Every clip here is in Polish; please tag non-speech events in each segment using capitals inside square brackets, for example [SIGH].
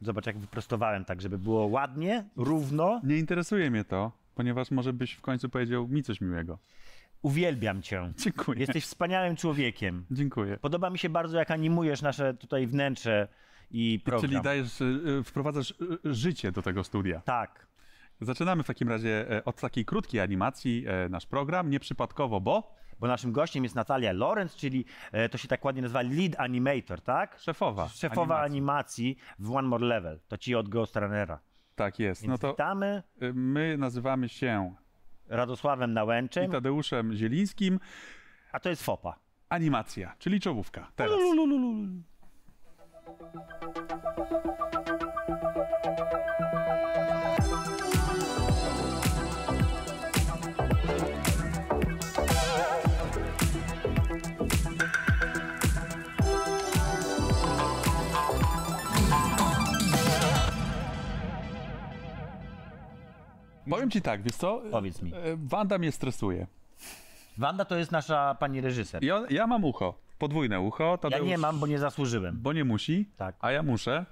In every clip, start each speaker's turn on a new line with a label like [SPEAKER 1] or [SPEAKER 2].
[SPEAKER 1] Zobacz, jak wyprostowałem tak, żeby było ładnie, równo.
[SPEAKER 2] Nie interesuje mnie to, ponieważ może byś w końcu powiedział mi coś miłego. [LAUGHS]
[SPEAKER 1] Uwielbiam cię.
[SPEAKER 2] Dziękuję.
[SPEAKER 1] Jesteś wspaniałym człowiekiem.
[SPEAKER 2] Dziękuję.
[SPEAKER 1] Podoba mi się bardzo, jak animujesz nasze tutaj wnętrze i program.
[SPEAKER 2] Czyli dajesz, y, y, wprowadzasz y, y, życie do tego studia.
[SPEAKER 1] Tak.
[SPEAKER 2] Zaczynamy w takim razie e, od takiej krótkiej animacji e, nasz program, nieprzypadkowo, bo
[SPEAKER 1] Bo naszym gościem jest Natalia Lorenz, czyli e, to się tak ładnie nazywa lead animator, tak?
[SPEAKER 2] szefowa.
[SPEAKER 1] Szefowa
[SPEAKER 2] animacji.
[SPEAKER 1] animacji w One More Level. To ci od Ghostrunera.
[SPEAKER 2] Tak jest. No
[SPEAKER 1] Więc
[SPEAKER 2] to
[SPEAKER 1] witamy
[SPEAKER 2] y, my nazywamy się
[SPEAKER 1] Radosławem Nałęczem,
[SPEAKER 2] Tadeuszem Zielińskim.
[SPEAKER 1] a to jest FOPA.
[SPEAKER 2] Animacja, czyli czołówka. Teraz. Powiem ci tak, wiesz co?
[SPEAKER 1] Powiedz mi.
[SPEAKER 2] E, Wanda mnie stresuje.
[SPEAKER 1] Wanda to jest nasza pani reżyser.
[SPEAKER 2] Ja, ja mam ucho, podwójne ucho.
[SPEAKER 1] Ja
[SPEAKER 2] Tadeusz,
[SPEAKER 1] nie mam, bo nie zasłużyłem.
[SPEAKER 2] Bo nie musi,
[SPEAKER 1] Tak.
[SPEAKER 2] a ja muszę.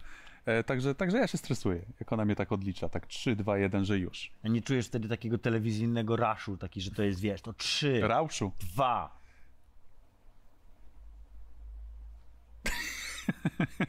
[SPEAKER 2] E, także, także ja się stresuję, jak ona mnie tak odlicza. Tak 3, 2, 1, że już.
[SPEAKER 1] Nie czujesz wtedy takiego telewizyjnego raszu, taki, że to jest, wiesz, to trzy,
[SPEAKER 2] Rauszu.
[SPEAKER 1] dwa.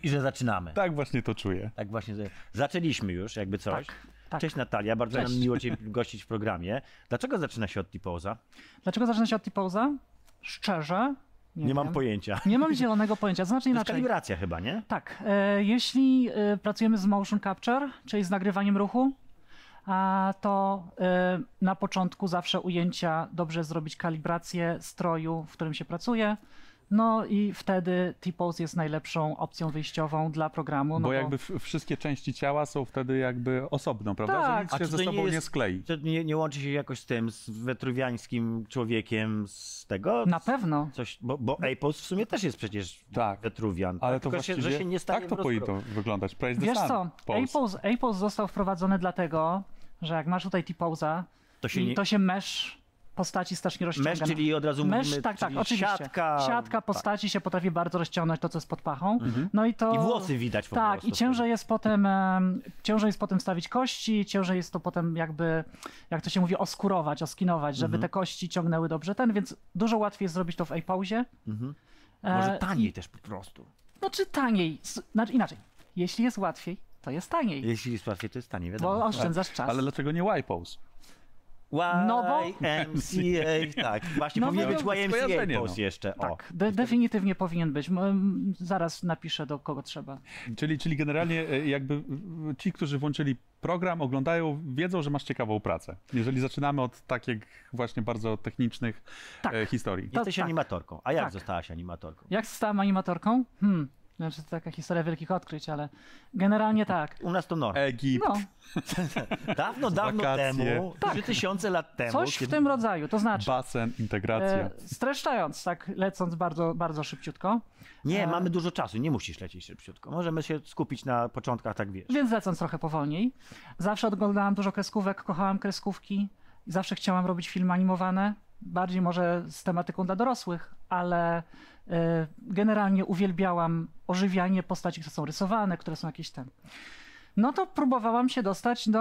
[SPEAKER 1] I że zaczynamy.
[SPEAKER 2] Tak właśnie to czuję.
[SPEAKER 1] Tak właśnie. z- Zaczęliśmy już, jakby coś.
[SPEAKER 3] Tak, tak.
[SPEAKER 1] Cześć Natalia, bardzo nam miło Cię gościć w programie. Dlaczego zaczyna się od Tipoza?
[SPEAKER 3] Dlaczego zaczyna się od T-Pose'a? Szczerze?
[SPEAKER 1] Nie, mam
[SPEAKER 3] wiem.
[SPEAKER 1] pojęcia.
[SPEAKER 3] Nie mam zielonego pojęcia, znaczy
[SPEAKER 1] To jest
[SPEAKER 3] inaczej.
[SPEAKER 1] kalibracja chyba, nie?
[SPEAKER 3] Tak, e, jeśli e, pracujemy z motion capture, czyli z nagrywaniem ruchu, a to e, na początku zawsze ujęcia dobrze jest zrobić kalibrację stroju, w którym się pracuje. No i wtedy T-pose jest najlepszą opcją wyjściową dla programu. No
[SPEAKER 2] bo jakby w- wszystkie części ciała są wtedy jakby osobno, prawda? Że
[SPEAKER 3] Tak.
[SPEAKER 2] nic
[SPEAKER 1] A
[SPEAKER 2] się
[SPEAKER 1] czy
[SPEAKER 2] ze
[SPEAKER 1] to nie
[SPEAKER 2] sobą nie,
[SPEAKER 1] jest-
[SPEAKER 2] sklei.
[SPEAKER 1] To nie, nie łączy się jakoś z tym, z wetruwiańskim człowiekiem, z tego?
[SPEAKER 3] Na pewno.
[SPEAKER 1] Coś, bo, bo Apos w sumie też jest przecież
[SPEAKER 2] Tak.
[SPEAKER 1] wetruwian.
[SPEAKER 2] Ale
[SPEAKER 1] tak?
[SPEAKER 2] to
[SPEAKER 1] Tylko się,
[SPEAKER 2] właściwie
[SPEAKER 1] że się nie staje
[SPEAKER 2] tak to
[SPEAKER 1] w rozpro-
[SPEAKER 2] powinno wyglądać. Praise the
[SPEAKER 3] Wiesz
[SPEAKER 2] sun,
[SPEAKER 3] co,
[SPEAKER 2] Pols.
[SPEAKER 3] A-Pose, A-Pose został wprowadzony dlatego, że jak masz tutaj T-Pose'a
[SPEAKER 1] To się
[SPEAKER 3] i
[SPEAKER 1] nie-
[SPEAKER 3] Mm, to się mesh postaci strasznie rozciąga.
[SPEAKER 1] Mesh, czyli od razu
[SPEAKER 3] Mesh,
[SPEAKER 1] mówimy,
[SPEAKER 3] tak, tak,
[SPEAKER 1] czyli
[SPEAKER 3] oczywiście.
[SPEAKER 1] siatka. tak.
[SPEAKER 3] postaci się potrafi bardzo rozciągnąć to, co jest pod pachą. No i to...
[SPEAKER 1] Mhm. I włosy widać po
[SPEAKER 3] Tak,
[SPEAKER 1] prostu.
[SPEAKER 3] i ciężej jest potem em, ciężej jest potem stawić kości, ciężej jest to potem jakby, jak to się mówi, oskurować, oskinować,
[SPEAKER 1] Mhm.
[SPEAKER 3] żeby te kości ciągnęły dobrze ten, więc dużo łatwiej jest zrobić to w A-Pose.
[SPEAKER 1] Mhm. Może
[SPEAKER 3] E,
[SPEAKER 1] taniej też po prostu.
[SPEAKER 3] Znaczy taniej, s- znaczy inaczej, jeśli jest łatwiej, to jest taniej.
[SPEAKER 1] Jeśli jest łatwiej, to jest taniej, wiadomo. Tak.
[SPEAKER 3] Bo oszczędzasz czas.
[SPEAKER 2] Ale dlaczego nie Y-Pose?
[SPEAKER 3] No bo-
[SPEAKER 1] Y YMCA, tak. Właśnie
[SPEAKER 3] No
[SPEAKER 1] powinien
[SPEAKER 3] bo-
[SPEAKER 1] być YMCA
[SPEAKER 2] skojarzenie, no.
[SPEAKER 1] post jeszcze. O.
[SPEAKER 3] Tak, de- definitywnie powinien być. M- m, Zaraz napiszę, do kogo trzeba.
[SPEAKER 2] Czyli, czyli generalnie e, jakby mm, ci, którzy włączyli program, oglądają, wiedzą, że masz ciekawą pracę. Jeżeli zaczynamy od takich właśnie bardzo technicznych
[SPEAKER 3] Tak.
[SPEAKER 2] e, historii.
[SPEAKER 3] To
[SPEAKER 1] Jesteś
[SPEAKER 3] tak.
[SPEAKER 1] animatorką. A jak
[SPEAKER 3] Tak.
[SPEAKER 1] zostałaś animatorką?
[SPEAKER 3] Jak stałam animatorką? Hmm, znaczy to taka historia wielkich odkryć, ale generalnie tak.
[SPEAKER 1] U nas to norma.
[SPEAKER 2] Egipt.
[SPEAKER 3] No,
[SPEAKER 1] Dawno, dawno
[SPEAKER 2] wakacje.
[SPEAKER 1] temu, tak. tysiące lat temu.
[SPEAKER 3] coś w
[SPEAKER 1] kiedy-
[SPEAKER 3] tym rodzaju, to znaczy.
[SPEAKER 2] Basen, integracja.
[SPEAKER 3] E, streszczając, tak lecąc bardzo, bardzo szybciutko,
[SPEAKER 1] Nie,
[SPEAKER 3] E.
[SPEAKER 1] mamy dużo czasu, nie musisz lecieć szybciutko. Możemy się skupić na początkach, tak wiesz.
[SPEAKER 3] więc lecąc trochę powolniej. Zawsze oglądałam dużo kreskówek, kochałam kreskówki. Zawsze chciałam robić filmy animowane, bardziej może z tematyką dla dorosłych, ale e, generalnie uwielbiałam ożywianie postaci, które są rysowane, które są jakieś ten. No to próbowałam się dostać do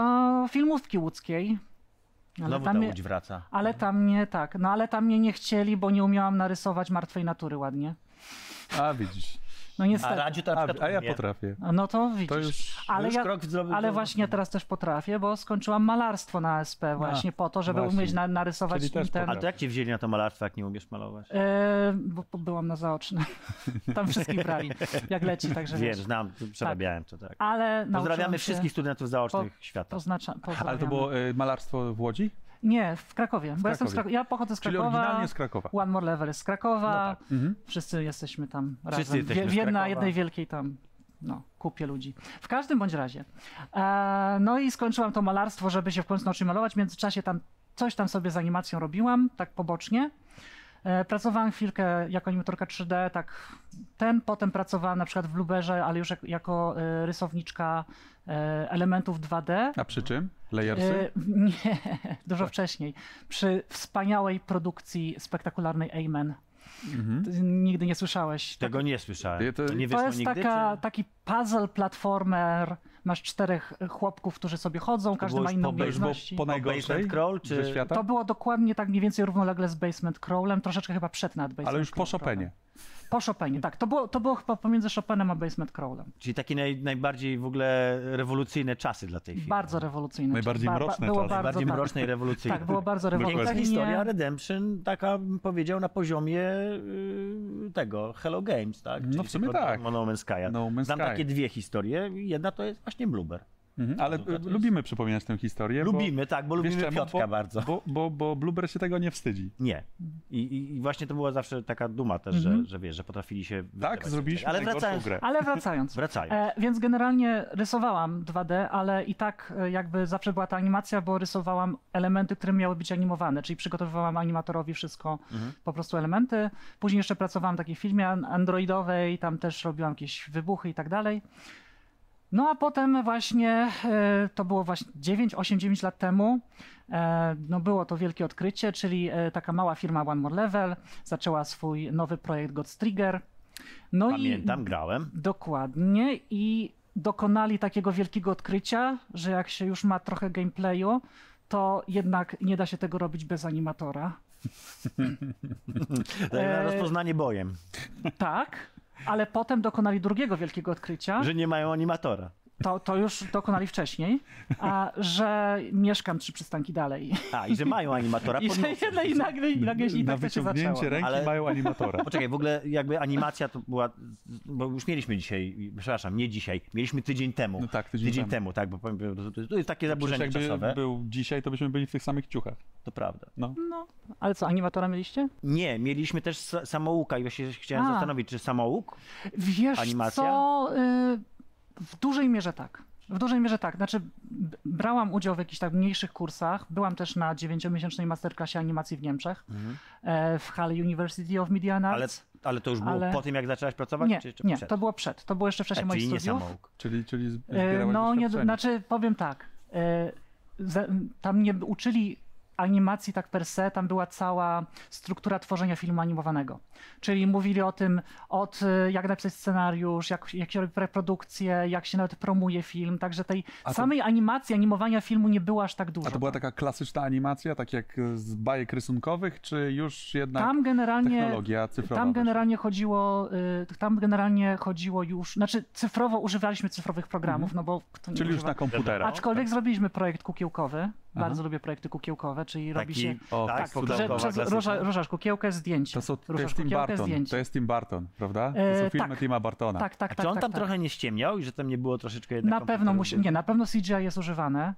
[SPEAKER 3] filmówki łódzkiej. Ale
[SPEAKER 1] Znowu
[SPEAKER 3] tam,
[SPEAKER 1] ta
[SPEAKER 3] mnie,
[SPEAKER 1] łódź Mhm. wraca.
[SPEAKER 3] ale tam mnie tak, no ale tam mnie nie chcieli, bo nie umiałam narysować martwej natury ładnie.
[SPEAKER 2] A widzisz.
[SPEAKER 3] No
[SPEAKER 1] A
[SPEAKER 3] niestety.
[SPEAKER 1] Radziu to na
[SPEAKER 2] A,
[SPEAKER 1] przykład
[SPEAKER 2] a ja
[SPEAKER 1] umie.
[SPEAKER 2] potrafię.
[SPEAKER 3] No to widzisz.
[SPEAKER 2] To już-
[SPEAKER 3] ale
[SPEAKER 1] już
[SPEAKER 3] ja,
[SPEAKER 1] krok zrobił-
[SPEAKER 3] ale
[SPEAKER 2] Mhm.
[SPEAKER 3] właśnie teraz też potrafię, bo skończyłam malarstwo na ASP właśnie po to, żeby
[SPEAKER 2] właśnie.
[SPEAKER 3] umieć na, narysować
[SPEAKER 2] Czyli też
[SPEAKER 3] ten...
[SPEAKER 1] A to jak cię wzięli na to malarstwo, jak nie umiesz malować?
[SPEAKER 3] E, bo, bo byłam na zaocznym. [LAUGHS] Tam wszystkich brali, jak leci, także
[SPEAKER 1] Wiem,
[SPEAKER 3] wiesz.
[SPEAKER 1] znam, przerabiałem to tak.
[SPEAKER 3] Ale nauczyłam
[SPEAKER 1] Pozdrawiamy
[SPEAKER 3] się-
[SPEAKER 1] wszystkich studentów zaocznych
[SPEAKER 3] Po-
[SPEAKER 1] świata.
[SPEAKER 3] Poznacza,
[SPEAKER 2] Ale to
[SPEAKER 3] pozdrawiamy.
[SPEAKER 2] było e, malarstwo w Łodzi?
[SPEAKER 3] Nie, w Krakowie, bo ja jestem z
[SPEAKER 2] Krakowie.
[SPEAKER 3] Krakowa. Ja pochodzę z
[SPEAKER 2] Czyli
[SPEAKER 3] Krakowa.
[SPEAKER 2] oryginalnie z Krakowa.
[SPEAKER 3] One More Level jest z Krakowa.
[SPEAKER 1] No
[SPEAKER 3] Wszyscy jesteśmy tam razem.
[SPEAKER 1] Wszyscy jesteśmy
[SPEAKER 3] Wie-
[SPEAKER 1] z
[SPEAKER 3] w jedna,
[SPEAKER 1] Krakowa.
[SPEAKER 3] jednej wielkiej tam no, kupie ludzi. W każdym bądź razie. E, no i skończyłam to malarstwo, żeby się w końcu nauczyć malować. W międzyczasie tam coś tam sobie z animacją robiłam, tak pobocznie. E, Pracowałam chwilkę jako animatorka 3D, tak ten, potem pracowałam na przykład w Luberze, ale już jak, jako e, rysowniczka e, elementów 2D.
[SPEAKER 2] A przy czym? Layersy?
[SPEAKER 3] E, [LAUGHS] nie, dużo wcześniej. Przy wspaniałej produkcji spektakularnej Amen.
[SPEAKER 2] Mhm.
[SPEAKER 3] Ty Nigdy nie słyszałeś. Tak,
[SPEAKER 1] Tego nie słyszałem.
[SPEAKER 2] Ja to-
[SPEAKER 1] To nie
[SPEAKER 3] To
[SPEAKER 1] wyszło
[SPEAKER 3] jest
[SPEAKER 1] nigdy?
[SPEAKER 3] taka,
[SPEAKER 1] czy-
[SPEAKER 3] taki puzzle platformer. Masz czterech chłopków, którzy sobie chodzą, każdy
[SPEAKER 1] było
[SPEAKER 3] ma
[SPEAKER 1] już
[SPEAKER 3] inną
[SPEAKER 1] po-
[SPEAKER 2] To już było
[SPEAKER 3] umiejętności.
[SPEAKER 2] po najgorszej
[SPEAKER 1] Basement Crawl,
[SPEAKER 2] ze
[SPEAKER 1] czy-
[SPEAKER 2] świata,
[SPEAKER 3] To było dokładnie tak mniej więcej równolegle z Basement Crawlem, troszeczkę chyba przed nad Basement
[SPEAKER 2] ale już po
[SPEAKER 3] Crawlem trochę.
[SPEAKER 2] Chopinie.
[SPEAKER 3] Po Chopinie, tak. To było, to było chyba pomiędzy Chopinem a Basement Crawlem.
[SPEAKER 1] Czyli takie naj, najbardziej w ogóle rewolucyjne czasy dla tej firmy.
[SPEAKER 3] Bardzo rewolucyjny.
[SPEAKER 2] Najbardziej
[SPEAKER 3] czas.
[SPEAKER 2] mroczne
[SPEAKER 3] było
[SPEAKER 2] czasy.
[SPEAKER 3] bardzo,
[SPEAKER 1] Najbardziej
[SPEAKER 3] tak.
[SPEAKER 1] mroczne i rewolucyjne. [LAUGHS]
[SPEAKER 3] Tak, było bardzo
[SPEAKER 1] I
[SPEAKER 3] rewolucyjnie.
[SPEAKER 1] ta historia Redemption, taka bym powiedział na poziomie y, tego Hello Games, tak?
[SPEAKER 2] No
[SPEAKER 1] Czyli
[SPEAKER 2] w sumie
[SPEAKER 1] tego
[SPEAKER 2] tak.
[SPEAKER 1] No Man's Sky.
[SPEAKER 2] No Man's
[SPEAKER 1] Znam
[SPEAKER 2] Sky.
[SPEAKER 1] takie dwie historie. Jedna to jest właśnie Bloober.
[SPEAKER 2] Mhm. Ale
[SPEAKER 1] No To jest-
[SPEAKER 2] y, lubimy przypominać tę historię.
[SPEAKER 1] Lubimy, tak, bo
[SPEAKER 2] bo, wiesz
[SPEAKER 1] lubimy
[SPEAKER 2] czemu?
[SPEAKER 1] Piotka
[SPEAKER 2] bo,
[SPEAKER 1] bardzo.
[SPEAKER 2] Bo, bo, bo Bluber się tego nie wstydzi.
[SPEAKER 1] Nie. I, i, I właśnie to była zawsze taka duma też,
[SPEAKER 3] Mhm.
[SPEAKER 1] że, że wiesz, że potrafili się...
[SPEAKER 2] Tak,
[SPEAKER 1] wydawać.
[SPEAKER 2] zrobiliśmy
[SPEAKER 1] Ale
[SPEAKER 2] najgorszą
[SPEAKER 1] wracając,
[SPEAKER 2] grę. [LAUGHS]
[SPEAKER 3] Ale wracając.
[SPEAKER 1] wracając.
[SPEAKER 3] E, więc generalnie rysowałam 2D, ale i tak e, jakby zawsze była ta animacja, bo rysowałam elementy, które miały być animowane, czyli przygotowywałam animatorowi wszystko, po prostu elementy. Później jeszcze pracowałam w takiej filmie an- androidowej, tam też robiłam jakieś wybuchy i tak dalej. No a potem właśnie, e, to było właśnie 9, 8, 9 lat temu, e, no było to wielkie odkrycie, czyli e, taka mała firma One More Level zaczęła swój nowy projekt God's Trigger. No i
[SPEAKER 1] Pamiętam, grałem.
[SPEAKER 3] Dokładnie i dokonali takiego wielkiego odkrycia, że jak się już ma trochę gameplayu, to jednak nie da się tego robić
[SPEAKER 2] [LAUGHS]
[SPEAKER 3] bez animatora.
[SPEAKER 1] E...
[SPEAKER 3] E,
[SPEAKER 1] Rozpoznanie bojem,
[SPEAKER 3] Tak, ale potem dokonali drugiego wielkiego odkrycia.
[SPEAKER 1] że nie mają animatora.
[SPEAKER 3] To, to już dokonali wcześniej, a, że mieszkam trzy przystanki dalej.
[SPEAKER 1] A, i że mają animatora.
[SPEAKER 3] [LAUGHS] I że
[SPEAKER 1] pomimo-
[SPEAKER 3] jednak i nagle, i nagle i
[SPEAKER 2] Na
[SPEAKER 3] tak to się zaczęło.
[SPEAKER 2] wyciągnięcie ręki
[SPEAKER 1] Ale- [LAUGHS]
[SPEAKER 2] mają animatora.
[SPEAKER 1] Poczekaj, w ogóle jakby animacja to była, bo już mieliśmy dzisiaj, przepraszam, nie dzisiaj, mieliśmy tydzień temu.
[SPEAKER 2] No tak, tydzień temu.
[SPEAKER 1] temu. tak, bo powiem, to jest- to jest takie
[SPEAKER 2] Przecież
[SPEAKER 1] zaburzenie
[SPEAKER 2] jakby
[SPEAKER 1] czasowe.
[SPEAKER 2] był dzisiaj, to byśmy byli w tych samych ciuchach.
[SPEAKER 1] To prawda.
[SPEAKER 2] No.
[SPEAKER 3] No, ale co, animatora mieliście?
[SPEAKER 1] Nie, mieliśmy też sa- samouka i właśnie chciałem
[SPEAKER 3] A.
[SPEAKER 1] zastanowić, czy samouk?
[SPEAKER 3] Wiesz
[SPEAKER 1] Animacja?
[SPEAKER 3] co, y, w dużej mierze tak. W dużej mierze tak. Znaczy, b- brałam udział w jakichś tak mniejszych kursach. Byłam też na dziewięciomiesięcznej masterclassie animacji w Niemczech e, w Halle University of Media and
[SPEAKER 1] Mhm. Ale,
[SPEAKER 3] Arts.
[SPEAKER 1] ale to już było
[SPEAKER 3] Ale-
[SPEAKER 1] po tym, jak zaczęłaś pracować?
[SPEAKER 3] nie,
[SPEAKER 1] czy jeszcze
[SPEAKER 3] nie,
[SPEAKER 1] przed?
[SPEAKER 3] to było przed. To było jeszcze w
[SPEAKER 1] E,
[SPEAKER 3] czasie moich
[SPEAKER 1] Czyli nie
[SPEAKER 3] studiów.
[SPEAKER 1] samouk.
[SPEAKER 2] Czyli, czyli z-
[SPEAKER 3] E,
[SPEAKER 2] zbierałeś
[SPEAKER 3] no, nie,
[SPEAKER 2] doświadczenie.
[SPEAKER 3] znaczy powiem tak. e, za- tam nie uczyli animacji tak per se, tam była cała struktura tworzenia filmu animowanego. Czyli mówili o tym, od e, jak napisać scenariusz, jak, jak się robi preprodukcję, jak się nawet promuje film, także tej
[SPEAKER 2] A to-
[SPEAKER 3] samej animacji, animowania filmu nie było aż tak dużo.
[SPEAKER 2] A to była taka klasyczna animacja, tak jak e, z bajek rysunkowych, czy już jednak
[SPEAKER 3] tam generalnie
[SPEAKER 2] technologia cyfrowa?
[SPEAKER 3] Tam
[SPEAKER 2] weszła?
[SPEAKER 3] generalnie chodziło, y, tam generalnie chodziło już, znaczy cyfrowo używaliśmy cyfrowych programów, no bo kto nie
[SPEAKER 2] Mhm. Czyli już
[SPEAKER 3] używa...
[SPEAKER 2] na komputerach.
[SPEAKER 1] tak.
[SPEAKER 3] Aczkolwiek zrobiliśmy projekt kukiełkowy. Bardzo lubię projekty kukiełkowe, czyli robi się.
[SPEAKER 2] O,
[SPEAKER 1] tak,
[SPEAKER 2] tak,
[SPEAKER 1] tak
[SPEAKER 3] Że
[SPEAKER 2] pudełkowa
[SPEAKER 3] przez róża, różasz kukiełkę, zdjęcie.
[SPEAKER 2] To, są, to
[SPEAKER 3] Różasz
[SPEAKER 2] jest Tim
[SPEAKER 3] kukiełkę,
[SPEAKER 2] Burton,
[SPEAKER 3] zdjęcie.
[SPEAKER 2] to jest Tim Burton, prawda? To są
[SPEAKER 3] E,
[SPEAKER 2] filmy
[SPEAKER 3] tak.
[SPEAKER 2] Tima Burtona.
[SPEAKER 3] Tak, tak,
[SPEAKER 1] A
[SPEAKER 3] tak.
[SPEAKER 1] czy on
[SPEAKER 3] tak,
[SPEAKER 1] tam
[SPEAKER 3] tak.
[SPEAKER 1] trochę nie ściemniał i że tam nie było troszeczkę jednak
[SPEAKER 3] Na pewno,
[SPEAKER 1] komputerów?
[SPEAKER 3] musi, nie, na pewno CGI jest używane.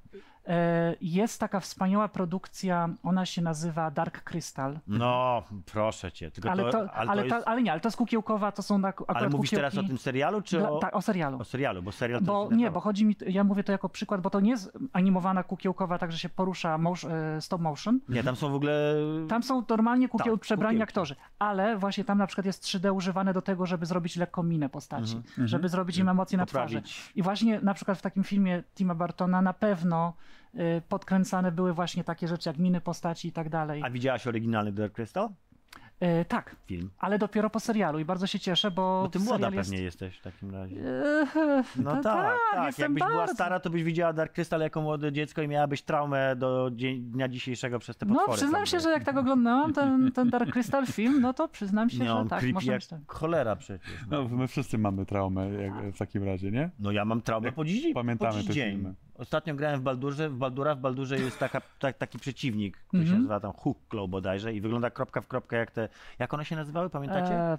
[SPEAKER 3] E, Jest taka wspaniała produkcja, ona się nazywa Dark Crystal.
[SPEAKER 1] No, proszę cię. Tylko
[SPEAKER 3] Ale,
[SPEAKER 1] to,
[SPEAKER 3] to, ale,
[SPEAKER 1] ale, to jest,
[SPEAKER 3] ta, ale nie, ale to jest kukiełkowa, to są ak- akurat
[SPEAKER 1] ale mówisz
[SPEAKER 3] kukiełki
[SPEAKER 1] teraz o tym serialu, czy
[SPEAKER 3] dla,
[SPEAKER 1] o,
[SPEAKER 3] tak, o serialu.
[SPEAKER 1] o serialu? Bo serial to
[SPEAKER 3] Bo
[SPEAKER 1] jest inna
[SPEAKER 3] nie,
[SPEAKER 1] sprawa.
[SPEAKER 3] bo chodzi mi, ja mówię to jako przykład, bo to nie jest animowana kukiełkowa, tak że się porusza motion, e, stop motion,
[SPEAKER 1] Nie, tam są w ogóle...
[SPEAKER 3] Tam są normalnie kukieł,
[SPEAKER 1] Tak,
[SPEAKER 3] przebrani
[SPEAKER 1] kukiełki.
[SPEAKER 3] aktorzy, ale właśnie tam na przykład jest 3D używane do tego, żeby zrobić lekką minę postaci, żeby zrobić im emocje na twarzy.
[SPEAKER 1] Mhm, poprawić.
[SPEAKER 3] I właśnie na przykład w takim filmie Tima Bartona na pewno y, podkręcane były właśnie takie rzeczy jak miny postaci i tak dalej.
[SPEAKER 1] A widziałaś oryginalny Dark Crystal?
[SPEAKER 3] Y, tak,
[SPEAKER 1] Film.
[SPEAKER 3] ale dopiero po serialu i bardzo się cieszę, bo
[SPEAKER 1] No ty
[SPEAKER 3] serial
[SPEAKER 1] młoda
[SPEAKER 3] jest...
[SPEAKER 1] pewnie jesteś w takim razie.
[SPEAKER 3] Yy,
[SPEAKER 1] No
[SPEAKER 3] to
[SPEAKER 1] tak, tak.
[SPEAKER 3] jestem
[SPEAKER 1] Jakbyś była
[SPEAKER 3] bardzo-
[SPEAKER 1] stara, to byś widziała Dark Crystal jako młode dziecko i miałabyś traumę do dzie- dnia dzisiejszego przez te potwory.
[SPEAKER 3] No przyznam
[SPEAKER 1] tam
[SPEAKER 3] się,
[SPEAKER 1] były.
[SPEAKER 3] że jak tak oglądałam ten, ten Dark Crystal film, no to przyznam się,
[SPEAKER 1] Nie,
[SPEAKER 3] że
[SPEAKER 1] on
[SPEAKER 3] tak,
[SPEAKER 1] creepy
[SPEAKER 3] można
[SPEAKER 1] jak
[SPEAKER 3] mieć tak.
[SPEAKER 1] cholera przecież.
[SPEAKER 2] No, my wszyscy mamy traumę jak, w takim razie, nie?
[SPEAKER 1] No ja mam traumę
[SPEAKER 2] Jak
[SPEAKER 1] po dziś,
[SPEAKER 2] pamiętamy
[SPEAKER 1] po dziś
[SPEAKER 2] te
[SPEAKER 1] dzień.
[SPEAKER 2] filmy.
[SPEAKER 1] Ostatnio grałem w Baldurze, w Baldura, w Baldurze jest taka, ta, taki przeciwnik, który się
[SPEAKER 3] Mhm.
[SPEAKER 1] nazywa tam Huklo bodajże i wygląda kropka w kropkę jak te, jak one się nazywały, pamiętacie?
[SPEAKER 3] E,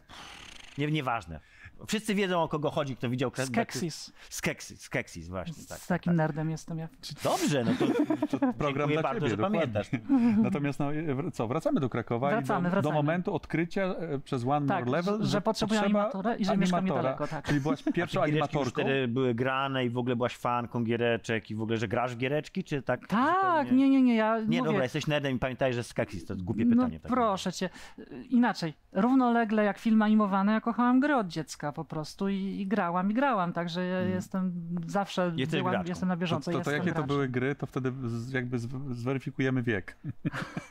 [SPEAKER 1] Nie, nieważne. Wszyscy wiedzą o kogo chodzi, kto widział... Dark Crystal.
[SPEAKER 3] Skeksis.
[SPEAKER 1] Skeksis, Skeksis właśnie, tak.
[SPEAKER 3] Z
[SPEAKER 1] tak,
[SPEAKER 3] takim
[SPEAKER 1] tak.
[SPEAKER 3] nerdem jestem ja.
[SPEAKER 1] Dobrze, no to, to
[SPEAKER 2] [LAUGHS] Program
[SPEAKER 1] dziękuję
[SPEAKER 2] dla
[SPEAKER 1] bardzo,
[SPEAKER 2] ciebie,
[SPEAKER 1] że
[SPEAKER 2] dokładnie. [LAUGHS]
[SPEAKER 1] pamiętasz.
[SPEAKER 2] Natomiast no, wr- co, wracamy do Krakowa
[SPEAKER 3] Wracamy,
[SPEAKER 2] i do, do
[SPEAKER 3] wracamy.
[SPEAKER 2] momentu odkrycia e, przez One
[SPEAKER 3] Tak,
[SPEAKER 2] More Level,
[SPEAKER 3] że potrzebuję
[SPEAKER 2] potrzeba
[SPEAKER 3] animatora i że mieszkam
[SPEAKER 2] animatora.
[SPEAKER 3] niedaleko, tak.
[SPEAKER 2] Czyli byłaś pierwszą
[SPEAKER 1] Czy giereczki już
[SPEAKER 2] animatorką.
[SPEAKER 1] wtedy były grane i w ogóle byłaś fanką giereczek i w ogóle, że grasz w giereczki, czy tak?
[SPEAKER 3] Tak,
[SPEAKER 1] zupełnie?
[SPEAKER 3] nie, nie, nie, ja
[SPEAKER 1] Nie,
[SPEAKER 3] mówię,
[SPEAKER 1] dobra, jesteś nerdem i pamiętaj, że skaksis, to jest głupie
[SPEAKER 3] no
[SPEAKER 1] pytanie. tak.
[SPEAKER 3] proszę cię, inaczej, równolegle jak filmy animowane, ja kochałam gry od dziecka. dziecka po prostu i, i grałam, i grałam, także ja jestem zawsze
[SPEAKER 1] Mhm. Jesteś
[SPEAKER 3] byłam,
[SPEAKER 1] graczką.
[SPEAKER 3] jestem na
[SPEAKER 2] To,
[SPEAKER 3] bieżąco.
[SPEAKER 2] to, to
[SPEAKER 3] jestem
[SPEAKER 2] jakie to
[SPEAKER 3] graczem.
[SPEAKER 2] były gry, to wtedy z, jakby z, zweryfikujemy wiek.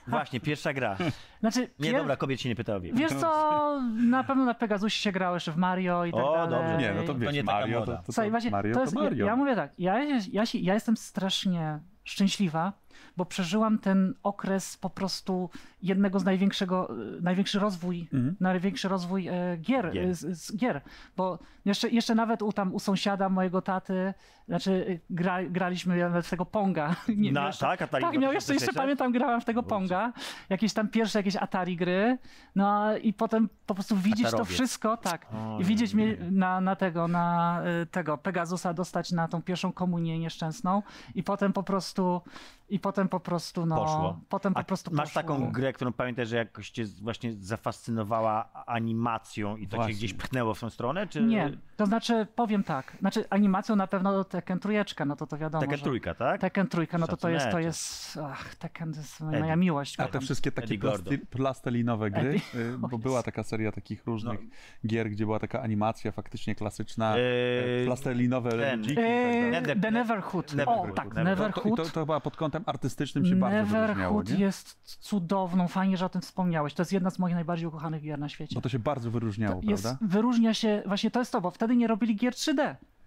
[SPEAKER 1] Właśnie, pierwsza gra.
[SPEAKER 3] Znaczy,
[SPEAKER 1] Nie,
[SPEAKER 3] pier-
[SPEAKER 1] dobra, kobiet się nie pytał.
[SPEAKER 3] Wiesz
[SPEAKER 2] No.
[SPEAKER 3] co, na pewno na Pegasusie się grało jeszcze w Mario i tak
[SPEAKER 1] O,
[SPEAKER 3] dalej.
[SPEAKER 1] dobrze.
[SPEAKER 2] Nie, no to
[SPEAKER 1] To
[SPEAKER 2] wiesz,
[SPEAKER 1] nie taka
[SPEAKER 2] Mario, to,
[SPEAKER 1] moda.
[SPEAKER 2] to, to,
[SPEAKER 3] Słuchaj, właśnie,
[SPEAKER 2] Mario
[SPEAKER 3] to jest,
[SPEAKER 2] Mario.
[SPEAKER 3] Ja, ja mówię tak, ja, się- ja, się, ja jestem strasznie szczęśliwa, bo przeżyłam ten okres po prostu jednego z największego, e, największy rozwój,
[SPEAKER 2] Mhm.
[SPEAKER 3] największy rozwój e, gier,
[SPEAKER 1] Gier.
[SPEAKER 3] e, Z, z gier, bo jeszcze, jeszcze nawet u tam u sąsiada mojego taty, znaczy e, gra, graliśmy nawet w tego Ponga. [LAUGHS] Nie,
[SPEAKER 1] Na,
[SPEAKER 3] jeszcze-
[SPEAKER 1] tak, Atari
[SPEAKER 3] tak, miał jeszcze,
[SPEAKER 1] 2600?
[SPEAKER 3] jeszcze pamiętam, grałem w tego
[SPEAKER 1] Kurczę.
[SPEAKER 3] Ponga, jakieś tam pierwsze jakieś Atari gry, no i potem po prostu widzieć to
[SPEAKER 1] Atarowiec.
[SPEAKER 3] wszystko, tak,
[SPEAKER 1] O,
[SPEAKER 3] i widzieć mnie
[SPEAKER 1] nie.
[SPEAKER 3] na, na tego, na y, tego Pegasusa dostać na tą pierwszą komunię nieszczęsną i potem po prostu, i potem po prostu, no,
[SPEAKER 1] Poszło.
[SPEAKER 3] potem po
[SPEAKER 1] A
[SPEAKER 3] prostu
[SPEAKER 1] masz
[SPEAKER 3] poszło.
[SPEAKER 1] taką grę, którą pamiętasz, że jakoś cię właśnie zafascynowała animacją i to
[SPEAKER 2] Właśnie.
[SPEAKER 1] cię gdzieś pchnęło w tą stronę? Czy...
[SPEAKER 3] Nie, to znaczy, powiem tak, znaczy animacją na pewno Tekken trójeczka, no to to wiadomo,
[SPEAKER 1] Taka
[SPEAKER 3] że...
[SPEAKER 1] trójka, tak?
[SPEAKER 3] Tekken trójka, no to to jest, to
[SPEAKER 1] Szacuneczek.
[SPEAKER 3] jest, ach, Tekken to jest
[SPEAKER 1] Eddie.
[SPEAKER 3] moja miłość.
[SPEAKER 2] A te wszystkie
[SPEAKER 1] Eddie
[SPEAKER 2] takie
[SPEAKER 1] Gordo.
[SPEAKER 2] plasty, plastelinowe gry, y,
[SPEAKER 3] O
[SPEAKER 2] bo
[SPEAKER 3] Jezu.
[SPEAKER 2] była taka seria
[SPEAKER 1] No.
[SPEAKER 2] takich różnych gier, gdzie była taka animacja faktycznie klasyczna,
[SPEAKER 1] Eee,
[SPEAKER 2] y, plastelinowe
[SPEAKER 1] ten.
[SPEAKER 2] ludziki i tak dalej. No
[SPEAKER 3] Eee,
[SPEAKER 1] Nether-
[SPEAKER 3] The Neverhood. O,
[SPEAKER 1] Neverhood,
[SPEAKER 3] tak,
[SPEAKER 1] Neverhood.
[SPEAKER 2] To, to, i to,
[SPEAKER 3] Neverhood.
[SPEAKER 2] to chyba pod kątem artystycznym się bardzo wyróżniało,
[SPEAKER 3] Neverhood
[SPEAKER 2] nie?
[SPEAKER 3] jest cudowną, fajnie, że o tym wspomniałeś. To jest jedna z moich najbardziej ukochanych gier na świecie.
[SPEAKER 2] Bo No to się bardzo wyróżniało,
[SPEAKER 3] jest,
[SPEAKER 2] prawda?
[SPEAKER 3] Wyróżnia się, właśnie to jest to, bo wtedy nie robili gier 3D.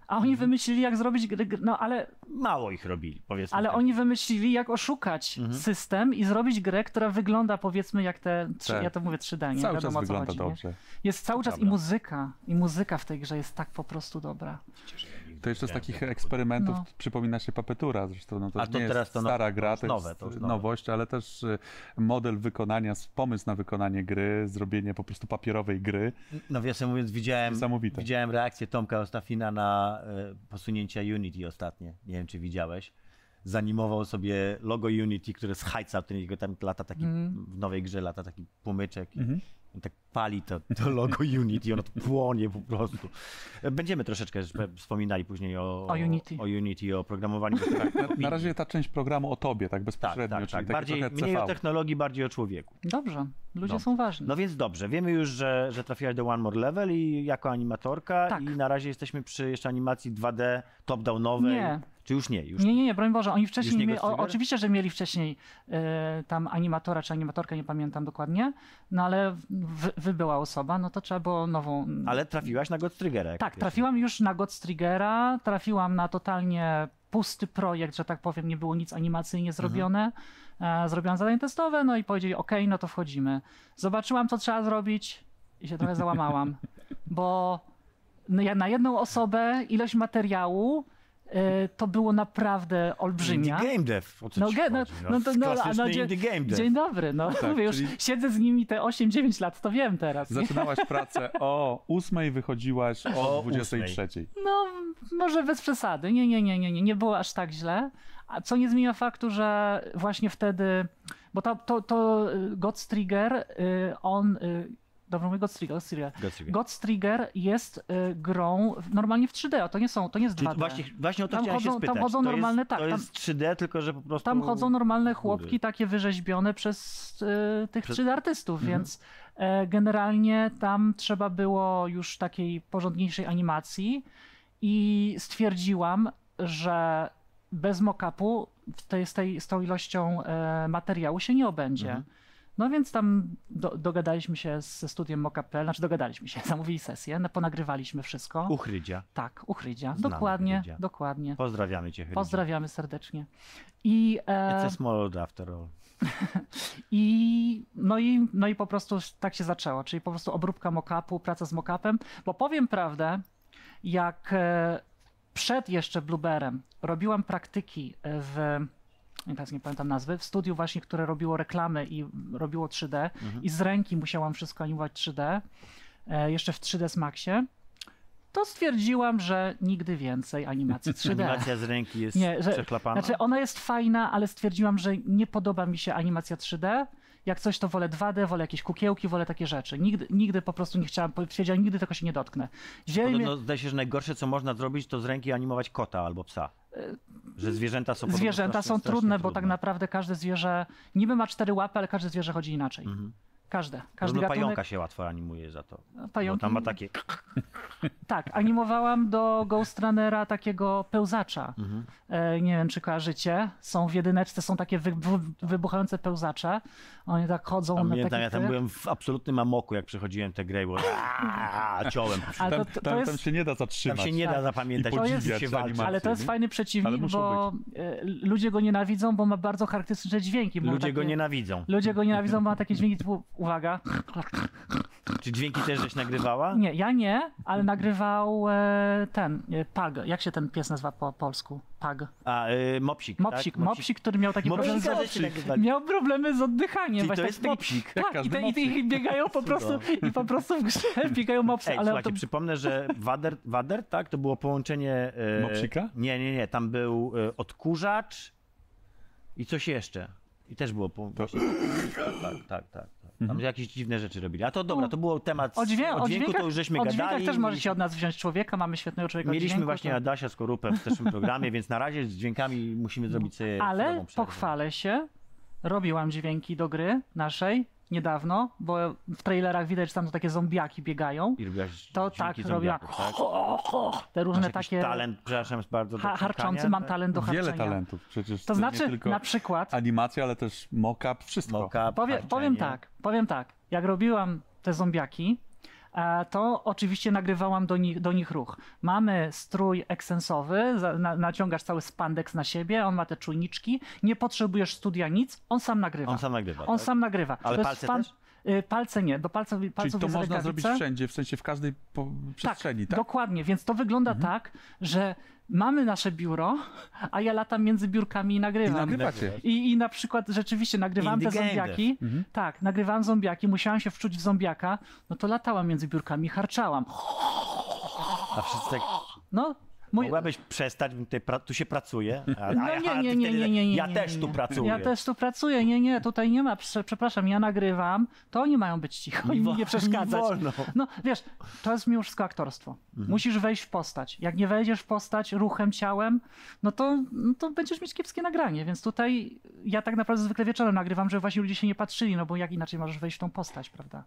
[SPEAKER 3] A
[SPEAKER 2] Mhm.
[SPEAKER 3] oni wymyślili, jak zrobić, gry- gry- no ale,
[SPEAKER 1] Mało ich robili, powiedzmy.
[SPEAKER 3] ale
[SPEAKER 1] tak.
[SPEAKER 3] oni wymyślili, jak oszukać
[SPEAKER 2] Mhm.
[SPEAKER 3] system i zrobić grę, która wygląda powiedzmy jak te, trzy,
[SPEAKER 2] Tak.
[SPEAKER 3] ja to mówię 3D, nie
[SPEAKER 2] Cały
[SPEAKER 3] wiadomo
[SPEAKER 2] czas
[SPEAKER 3] o co
[SPEAKER 2] wygląda
[SPEAKER 3] chodzi. nie?
[SPEAKER 2] dobrze.
[SPEAKER 3] Jest cały czas i
[SPEAKER 1] Dobra.
[SPEAKER 3] muzyka, i muzyka w tej grze jest tak po prostu dobra.
[SPEAKER 2] To jeszcze z takich eksperymentów
[SPEAKER 3] No.
[SPEAKER 2] przypomina się Papetura, zresztą no to,
[SPEAKER 1] A to
[SPEAKER 2] nie
[SPEAKER 1] teraz
[SPEAKER 2] jest
[SPEAKER 1] to no-
[SPEAKER 2] stara
[SPEAKER 1] to
[SPEAKER 2] gra,
[SPEAKER 1] już
[SPEAKER 2] to,
[SPEAKER 1] nowe,
[SPEAKER 2] jest
[SPEAKER 1] to już nowe.
[SPEAKER 2] nowość, ale też y, model wykonania, s- pomysł na wykonanie gry, zrobienie po prostu papierowej gry.
[SPEAKER 1] Nawiasem mówiąc, widziałem,
[SPEAKER 2] Niesamowite.
[SPEAKER 1] widziałem reakcję Tomka Ostafina na e, posunięcia Unity ostatnie. Nie wiem, czy widziałeś. Zanimował sobie logo Unity, które z hajca, który jego tam lata taki,
[SPEAKER 2] Mhm.
[SPEAKER 1] w nowej grze lata taki płomyczek. i On tak pali to, to logo [LAUGHS] Unity, ono to płonie po prostu. E, Będziemy troszeczkę pe- wspominali później o,
[SPEAKER 3] O Unity.
[SPEAKER 1] o Unity, o
[SPEAKER 2] [LAUGHS]
[SPEAKER 1] programowaniu.
[SPEAKER 2] Na, na razie ta część programu o tobie, tak
[SPEAKER 1] tak,
[SPEAKER 2] bezpośrednio,
[SPEAKER 1] No tak,
[SPEAKER 2] czyli
[SPEAKER 1] tak.
[SPEAKER 2] takie
[SPEAKER 1] Bardziej,
[SPEAKER 2] trochę
[SPEAKER 1] mniej o
[SPEAKER 2] CV.
[SPEAKER 1] technologii, bardziej o człowieku.
[SPEAKER 3] Dobrze, ludzie
[SPEAKER 1] No.
[SPEAKER 3] są ważni.
[SPEAKER 1] No więc dobrze, wiemy już, że, że trafiłaś do One More Level i jako animatorka
[SPEAKER 3] Tak.
[SPEAKER 1] i na razie jesteśmy przy jeszcze animacji 2D top-downowej.
[SPEAKER 3] Nie.
[SPEAKER 1] Czy już nie? Już
[SPEAKER 3] Nie, nie, nie, broń Boże, oni wcześniej,
[SPEAKER 1] nie
[SPEAKER 3] mie-
[SPEAKER 1] Ghost
[SPEAKER 3] o,
[SPEAKER 1] Trigger?
[SPEAKER 3] oczywiście, że mieli wcześniej e, tam animatora czy animatorkę, nie pamiętam dokładnie, no ale wy, wybyła osoba, no to trzeba było nową...
[SPEAKER 1] Ale trafiłaś na Ghost Triggera. jak
[SPEAKER 3] tak,
[SPEAKER 1] wiesz.
[SPEAKER 3] trafiłam już na Godstriggera, trafiłam na totalnie pusty projekt, że tak powiem, nie było nic animacyjnie
[SPEAKER 1] Mhm.
[SPEAKER 3] zrobione, e, zrobiłam zadanie testowe, no i powiedzieli, okej, no to wchodzimy. Zobaczyłam, co trzeba zrobić i się trochę załamałam,
[SPEAKER 1] [LAUGHS]
[SPEAKER 3] bo no ja na jedną osobę ilość materiału e, to było naprawdę
[SPEAKER 1] Indie
[SPEAKER 3] olbrzymia.
[SPEAKER 1] Game Dev. O co
[SPEAKER 3] No,
[SPEAKER 1] ci
[SPEAKER 3] ge- no,
[SPEAKER 1] chodzi?
[SPEAKER 3] no to- no, a
[SPEAKER 1] klasyczny
[SPEAKER 3] no, dzie-
[SPEAKER 1] Indie Game tak, Dev.
[SPEAKER 3] Dzień dobry, no mówię już,
[SPEAKER 2] czyli-
[SPEAKER 3] siedzę z nimi te 8-9 lat, to wiem teraz. nie?
[SPEAKER 2] Zaczynałaś pracę o 8, wychodziłaś o
[SPEAKER 1] O
[SPEAKER 2] 23.
[SPEAKER 3] No, może bez przesady. Nie, nie, nie, nie, nie, nie było aż tak źle. A co nie zmienia faktu, że właśnie wtedy, bo to, to, to y, Godstrigger, y, on, y, dobrze mówię Godstrigger, Godstrigger.
[SPEAKER 1] Ghost Trigger.
[SPEAKER 3] Godstrigger jest y, grą w- normalnie w 3D, a to nie są, to nie jest
[SPEAKER 1] Czyli
[SPEAKER 3] 2D.
[SPEAKER 1] właśnie, właśnie o to
[SPEAKER 3] Tam
[SPEAKER 1] chciałem się
[SPEAKER 3] chodzą- tam
[SPEAKER 1] spytać.
[SPEAKER 3] chodzą
[SPEAKER 1] to
[SPEAKER 3] normalne,
[SPEAKER 1] jest,
[SPEAKER 3] tak,
[SPEAKER 1] To
[SPEAKER 3] tam-
[SPEAKER 1] jest 3D, tylko że po prostu...
[SPEAKER 3] Tam chodzą normalne chłopki,
[SPEAKER 1] Góry.
[SPEAKER 3] takie wyrzeźbione przez y, tych
[SPEAKER 1] Przez-
[SPEAKER 3] 3D artystów, więc e, generalnie tam trzeba było już takiej porządniejszej animacji i stwierdziłam, że bez mockupu w tej, z, tej, z tą ilością e, materiału się nie obędzie. No więc tam do, dogadaliśmy się ze studiem mockup.pl, znaczy dogadaliśmy się, [LAUGHS] zamówili sesję, no, ponagrywaliśmy wszystko.
[SPEAKER 1] Uchrydzia.
[SPEAKER 3] tak, u Chrydzia,
[SPEAKER 1] Znany
[SPEAKER 3] dokładnie,
[SPEAKER 1] Chrydzia.
[SPEAKER 3] dokładnie.
[SPEAKER 1] Pozdrawiamy cię, Chrydzia.
[SPEAKER 3] Pozdrawiamy serdecznie. I, e,
[SPEAKER 1] It's a small world after all.
[SPEAKER 3] i, no i, no i po prostu tak się zaczęło, czyli po prostu obróbka mockupu, praca z mockupem, bo powiem prawdę, jak e, przed jeszcze Blueberem robiłam praktyki w, nie, teraz nie pamiętam nazwy, w studiu właśnie, które robiło reklamy i robiło 3D i z ręki musiałam wszystko animować 3D, e, jeszcze w 3ds Maxie, to stwierdziłam, że nigdy więcej animacji 3D.
[SPEAKER 1] Animacja z ręki jest
[SPEAKER 3] Nie, że-
[SPEAKER 1] przeklapana.
[SPEAKER 3] Znaczy, ona jest fajna, ale stwierdziłam, że nie podoba mi się animacja 3D. Jak coś, to wolę 2D, wolę jakieś kukiełki, wolę takie rzeczy. Nigdy, nigdy po prostu nie chciałam, powiedziałam, nigdy tego się nie dotknę. Wzięli mnie,
[SPEAKER 1] Podobno no, zdaje się, że najgorsze, co można zrobić, to z ręki animować kota albo psa. Że zwierzęta są podobno
[SPEAKER 3] Y, zwierzęta
[SPEAKER 1] strasznie,
[SPEAKER 3] są tak
[SPEAKER 1] strasznie Mhm.
[SPEAKER 3] trudne, bo tak naprawdę każde zwierzę, niby ma cztery łapy, ale każde zwierzę chodzi inaczej. Każde, każdy
[SPEAKER 1] Każdy
[SPEAKER 3] gatunek. No
[SPEAKER 1] pająka się łatwo animuje za to. Bo
[SPEAKER 3] Pająki-
[SPEAKER 1] tam ma takie...
[SPEAKER 3] Tak, animowałam do Ghost Runnera takiego pełzacza.
[SPEAKER 1] Mhm.
[SPEAKER 3] E, nie wiem, czy kojarzycie. Są w jedyneczce, są takie wy, wy, wybuchające pełzacze. Oni tak chodzą na
[SPEAKER 1] Pamiętam,
[SPEAKER 3] takich
[SPEAKER 1] ja tam
[SPEAKER 3] tych-
[SPEAKER 1] byłem w absolutnym amoku, jak przechodziłem tę grę i
[SPEAKER 3] [LAUGHS]
[SPEAKER 1] było... Aaaa, ciąłem.
[SPEAKER 3] Ale
[SPEAKER 2] Tam,
[SPEAKER 3] to, to,
[SPEAKER 2] tam,
[SPEAKER 3] jest...
[SPEAKER 2] tam się nie da
[SPEAKER 1] Tam
[SPEAKER 2] zatrzymać.
[SPEAKER 1] się nie da
[SPEAKER 3] Tak.
[SPEAKER 1] zapamiętać,
[SPEAKER 2] I
[SPEAKER 1] to
[SPEAKER 3] podziwiać
[SPEAKER 1] jest, się walczy.
[SPEAKER 2] animacje.
[SPEAKER 3] Ale to jest
[SPEAKER 2] nie?
[SPEAKER 3] fajny
[SPEAKER 2] Ale
[SPEAKER 3] przeciwnik,
[SPEAKER 2] muszą
[SPEAKER 3] bo e, ludzie go nienawidzą, bo ma bardzo charakterystyczne dźwięki. bo
[SPEAKER 1] Ludzie
[SPEAKER 3] takie...
[SPEAKER 1] go nienawidzą.
[SPEAKER 3] Ludzie go nienawidzą, bo ma
[SPEAKER 1] [LAUGHS]
[SPEAKER 3] takie dźwięki typu, uwaga,
[SPEAKER 1] Czy dźwięki też żeś nagrywała?
[SPEAKER 3] nie, ja nie,
[SPEAKER 1] Mhm.
[SPEAKER 3] ale nagrywał e, ten, e, Pag, jak się ten pies nazywa po polsku? Pag.
[SPEAKER 1] A, y, mopsik,
[SPEAKER 3] Mopsik,
[SPEAKER 1] tak?
[SPEAKER 3] mopsik, który miał taki problem
[SPEAKER 1] Mopsika
[SPEAKER 3] z...
[SPEAKER 1] żeście nagrywali.
[SPEAKER 3] Miał problemy z oddychaniem.
[SPEAKER 1] Czyli
[SPEAKER 3] właśnie
[SPEAKER 1] to
[SPEAKER 3] tak
[SPEAKER 1] jest
[SPEAKER 3] taki-
[SPEAKER 1] mopsik.
[SPEAKER 2] Jak
[SPEAKER 3] Tak,
[SPEAKER 2] każdy
[SPEAKER 3] i, te, i, te, i biegają po prostu, i po prostu w
[SPEAKER 1] [LAUGHS]
[SPEAKER 3] grze biegają mopsy,
[SPEAKER 1] Ej,
[SPEAKER 3] ale
[SPEAKER 1] słuchajcie,
[SPEAKER 3] to,
[SPEAKER 1] przypomnę,
[SPEAKER 3] [LAUGHS]
[SPEAKER 1] że Wader, Wader, tak, to było połączenie... e,
[SPEAKER 2] Mopsika?
[SPEAKER 1] Nie, nie, nie, tam był e, odkurzacz i coś jeszcze. I też było po... właśnie- [COUGHS] Tak, tak, tak. tak. Tam jakieś dziwne rzeczy robili. A to dobra, to był temat
[SPEAKER 3] o, dźwię, o
[SPEAKER 1] dźwięku,
[SPEAKER 3] dźwiękach,
[SPEAKER 1] to już żeśmy
[SPEAKER 3] o
[SPEAKER 1] gadali.
[SPEAKER 3] dźwiękach też
[SPEAKER 1] mieliśmy-
[SPEAKER 3] możecie od nas wziąć człowieka, mamy świetnego człowieka od
[SPEAKER 1] Mieliśmy
[SPEAKER 3] dźwięku,
[SPEAKER 1] właśnie
[SPEAKER 3] to...
[SPEAKER 1] Adasia Skorupę w zeszłym programie, więc na razie z dźwiękami musimy zrobić sobie
[SPEAKER 3] Ale
[SPEAKER 1] chwilową przerwę.
[SPEAKER 3] pochwalę się, robiłam dźwięki do gry naszej niedawno, bo w trailerach widać, że tam takie zombiaki biegają.
[SPEAKER 1] I robiłaś
[SPEAKER 3] To
[SPEAKER 1] dźwięki
[SPEAKER 3] tak robiła.
[SPEAKER 1] zombiaków, tak?
[SPEAKER 3] Te
[SPEAKER 1] Masz
[SPEAKER 3] różne
[SPEAKER 1] jakiś
[SPEAKER 3] takie
[SPEAKER 1] talent, przepraszam, jest bardzo do
[SPEAKER 3] ha harczący,
[SPEAKER 1] harkania,
[SPEAKER 3] mam
[SPEAKER 1] tak?
[SPEAKER 3] talent do harczenia.
[SPEAKER 2] Wiele talentów. Przecież
[SPEAKER 3] To znaczy
[SPEAKER 2] nie tylko
[SPEAKER 3] na przykład,
[SPEAKER 2] animacja, ale też mock-up, wszystko.
[SPEAKER 1] Moka,
[SPEAKER 3] powie,
[SPEAKER 1] harczenie.
[SPEAKER 3] powiem tak, powiem tak, jak robiłam te zombiaki, e, to oczywiście nagrywałam do nich, do nich ruch. Mamy strój eksensowy, za- na, naciągasz cały spandeks na siebie, on ma te czujniczki, nie potrzebujesz studia nic, on sam nagrywa.
[SPEAKER 1] On sam nagrywa,
[SPEAKER 3] On
[SPEAKER 1] tak?
[SPEAKER 3] sam nagrywa.
[SPEAKER 1] Ale
[SPEAKER 3] To jest
[SPEAKER 1] palce
[SPEAKER 3] fan-
[SPEAKER 1] też?
[SPEAKER 3] y, Palce nie, do palców,
[SPEAKER 2] Czyli
[SPEAKER 3] palców
[SPEAKER 2] to
[SPEAKER 3] jest
[SPEAKER 2] można
[SPEAKER 3] rękawica.
[SPEAKER 2] zrobić wszędzie, w sensie w każdej po... przestrzeni, tak? Mhm.
[SPEAKER 3] Dokładnie, więc to wygląda tak, że mamy nasze biuro, a ja latam między biurkami i
[SPEAKER 2] I
[SPEAKER 3] nagrywam.
[SPEAKER 2] nagrywacie.
[SPEAKER 3] I, I na przykład rzeczywiście nagrywałem te
[SPEAKER 1] Indie game
[SPEAKER 3] zombiaki.
[SPEAKER 2] Mhm.
[SPEAKER 3] Tak, nagrywałem zombiaki, musiałam się wczuć w zombiaka, no to latałam między biurkami, harczałam.
[SPEAKER 1] A wszyscy tak,
[SPEAKER 3] No, mój...
[SPEAKER 1] mogłabyś przestać, tutaj pra- tu się pracuje. A, a
[SPEAKER 3] No
[SPEAKER 1] ja- a ty
[SPEAKER 3] nie, nie, nie,
[SPEAKER 1] wtedy-
[SPEAKER 3] nie, nie, nie.
[SPEAKER 1] Ja
[SPEAKER 3] nie,
[SPEAKER 1] też
[SPEAKER 3] nie,
[SPEAKER 1] tu
[SPEAKER 3] nie.
[SPEAKER 1] pracuję.
[SPEAKER 3] Ja
[SPEAKER 1] [LAUGHS]
[SPEAKER 3] też tu pracuję, nie, nie, tutaj nie ma, prze- przepraszam, ja nagrywam, to oni mają być cicho i mi
[SPEAKER 1] wo-
[SPEAKER 3] nie przeszkadzać.
[SPEAKER 1] nie wolno.
[SPEAKER 3] No wiesz, to jest mimo wszystko aktorstwo.
[SPEAKER 2] Mhm.
[SPEAKER 3] Musisz wejść w postać. Jak nie wejdziesz w postać ruchem, ciałem, no to, no to będziesz mieć kiepskie nagranie, więc tutaj ja tak naprawdę zwykle wieczorem nagrywam, żeby właśnie ludzie się nie patrzyli, no bo jak inaczej możesz wejść w tą postać, prawda?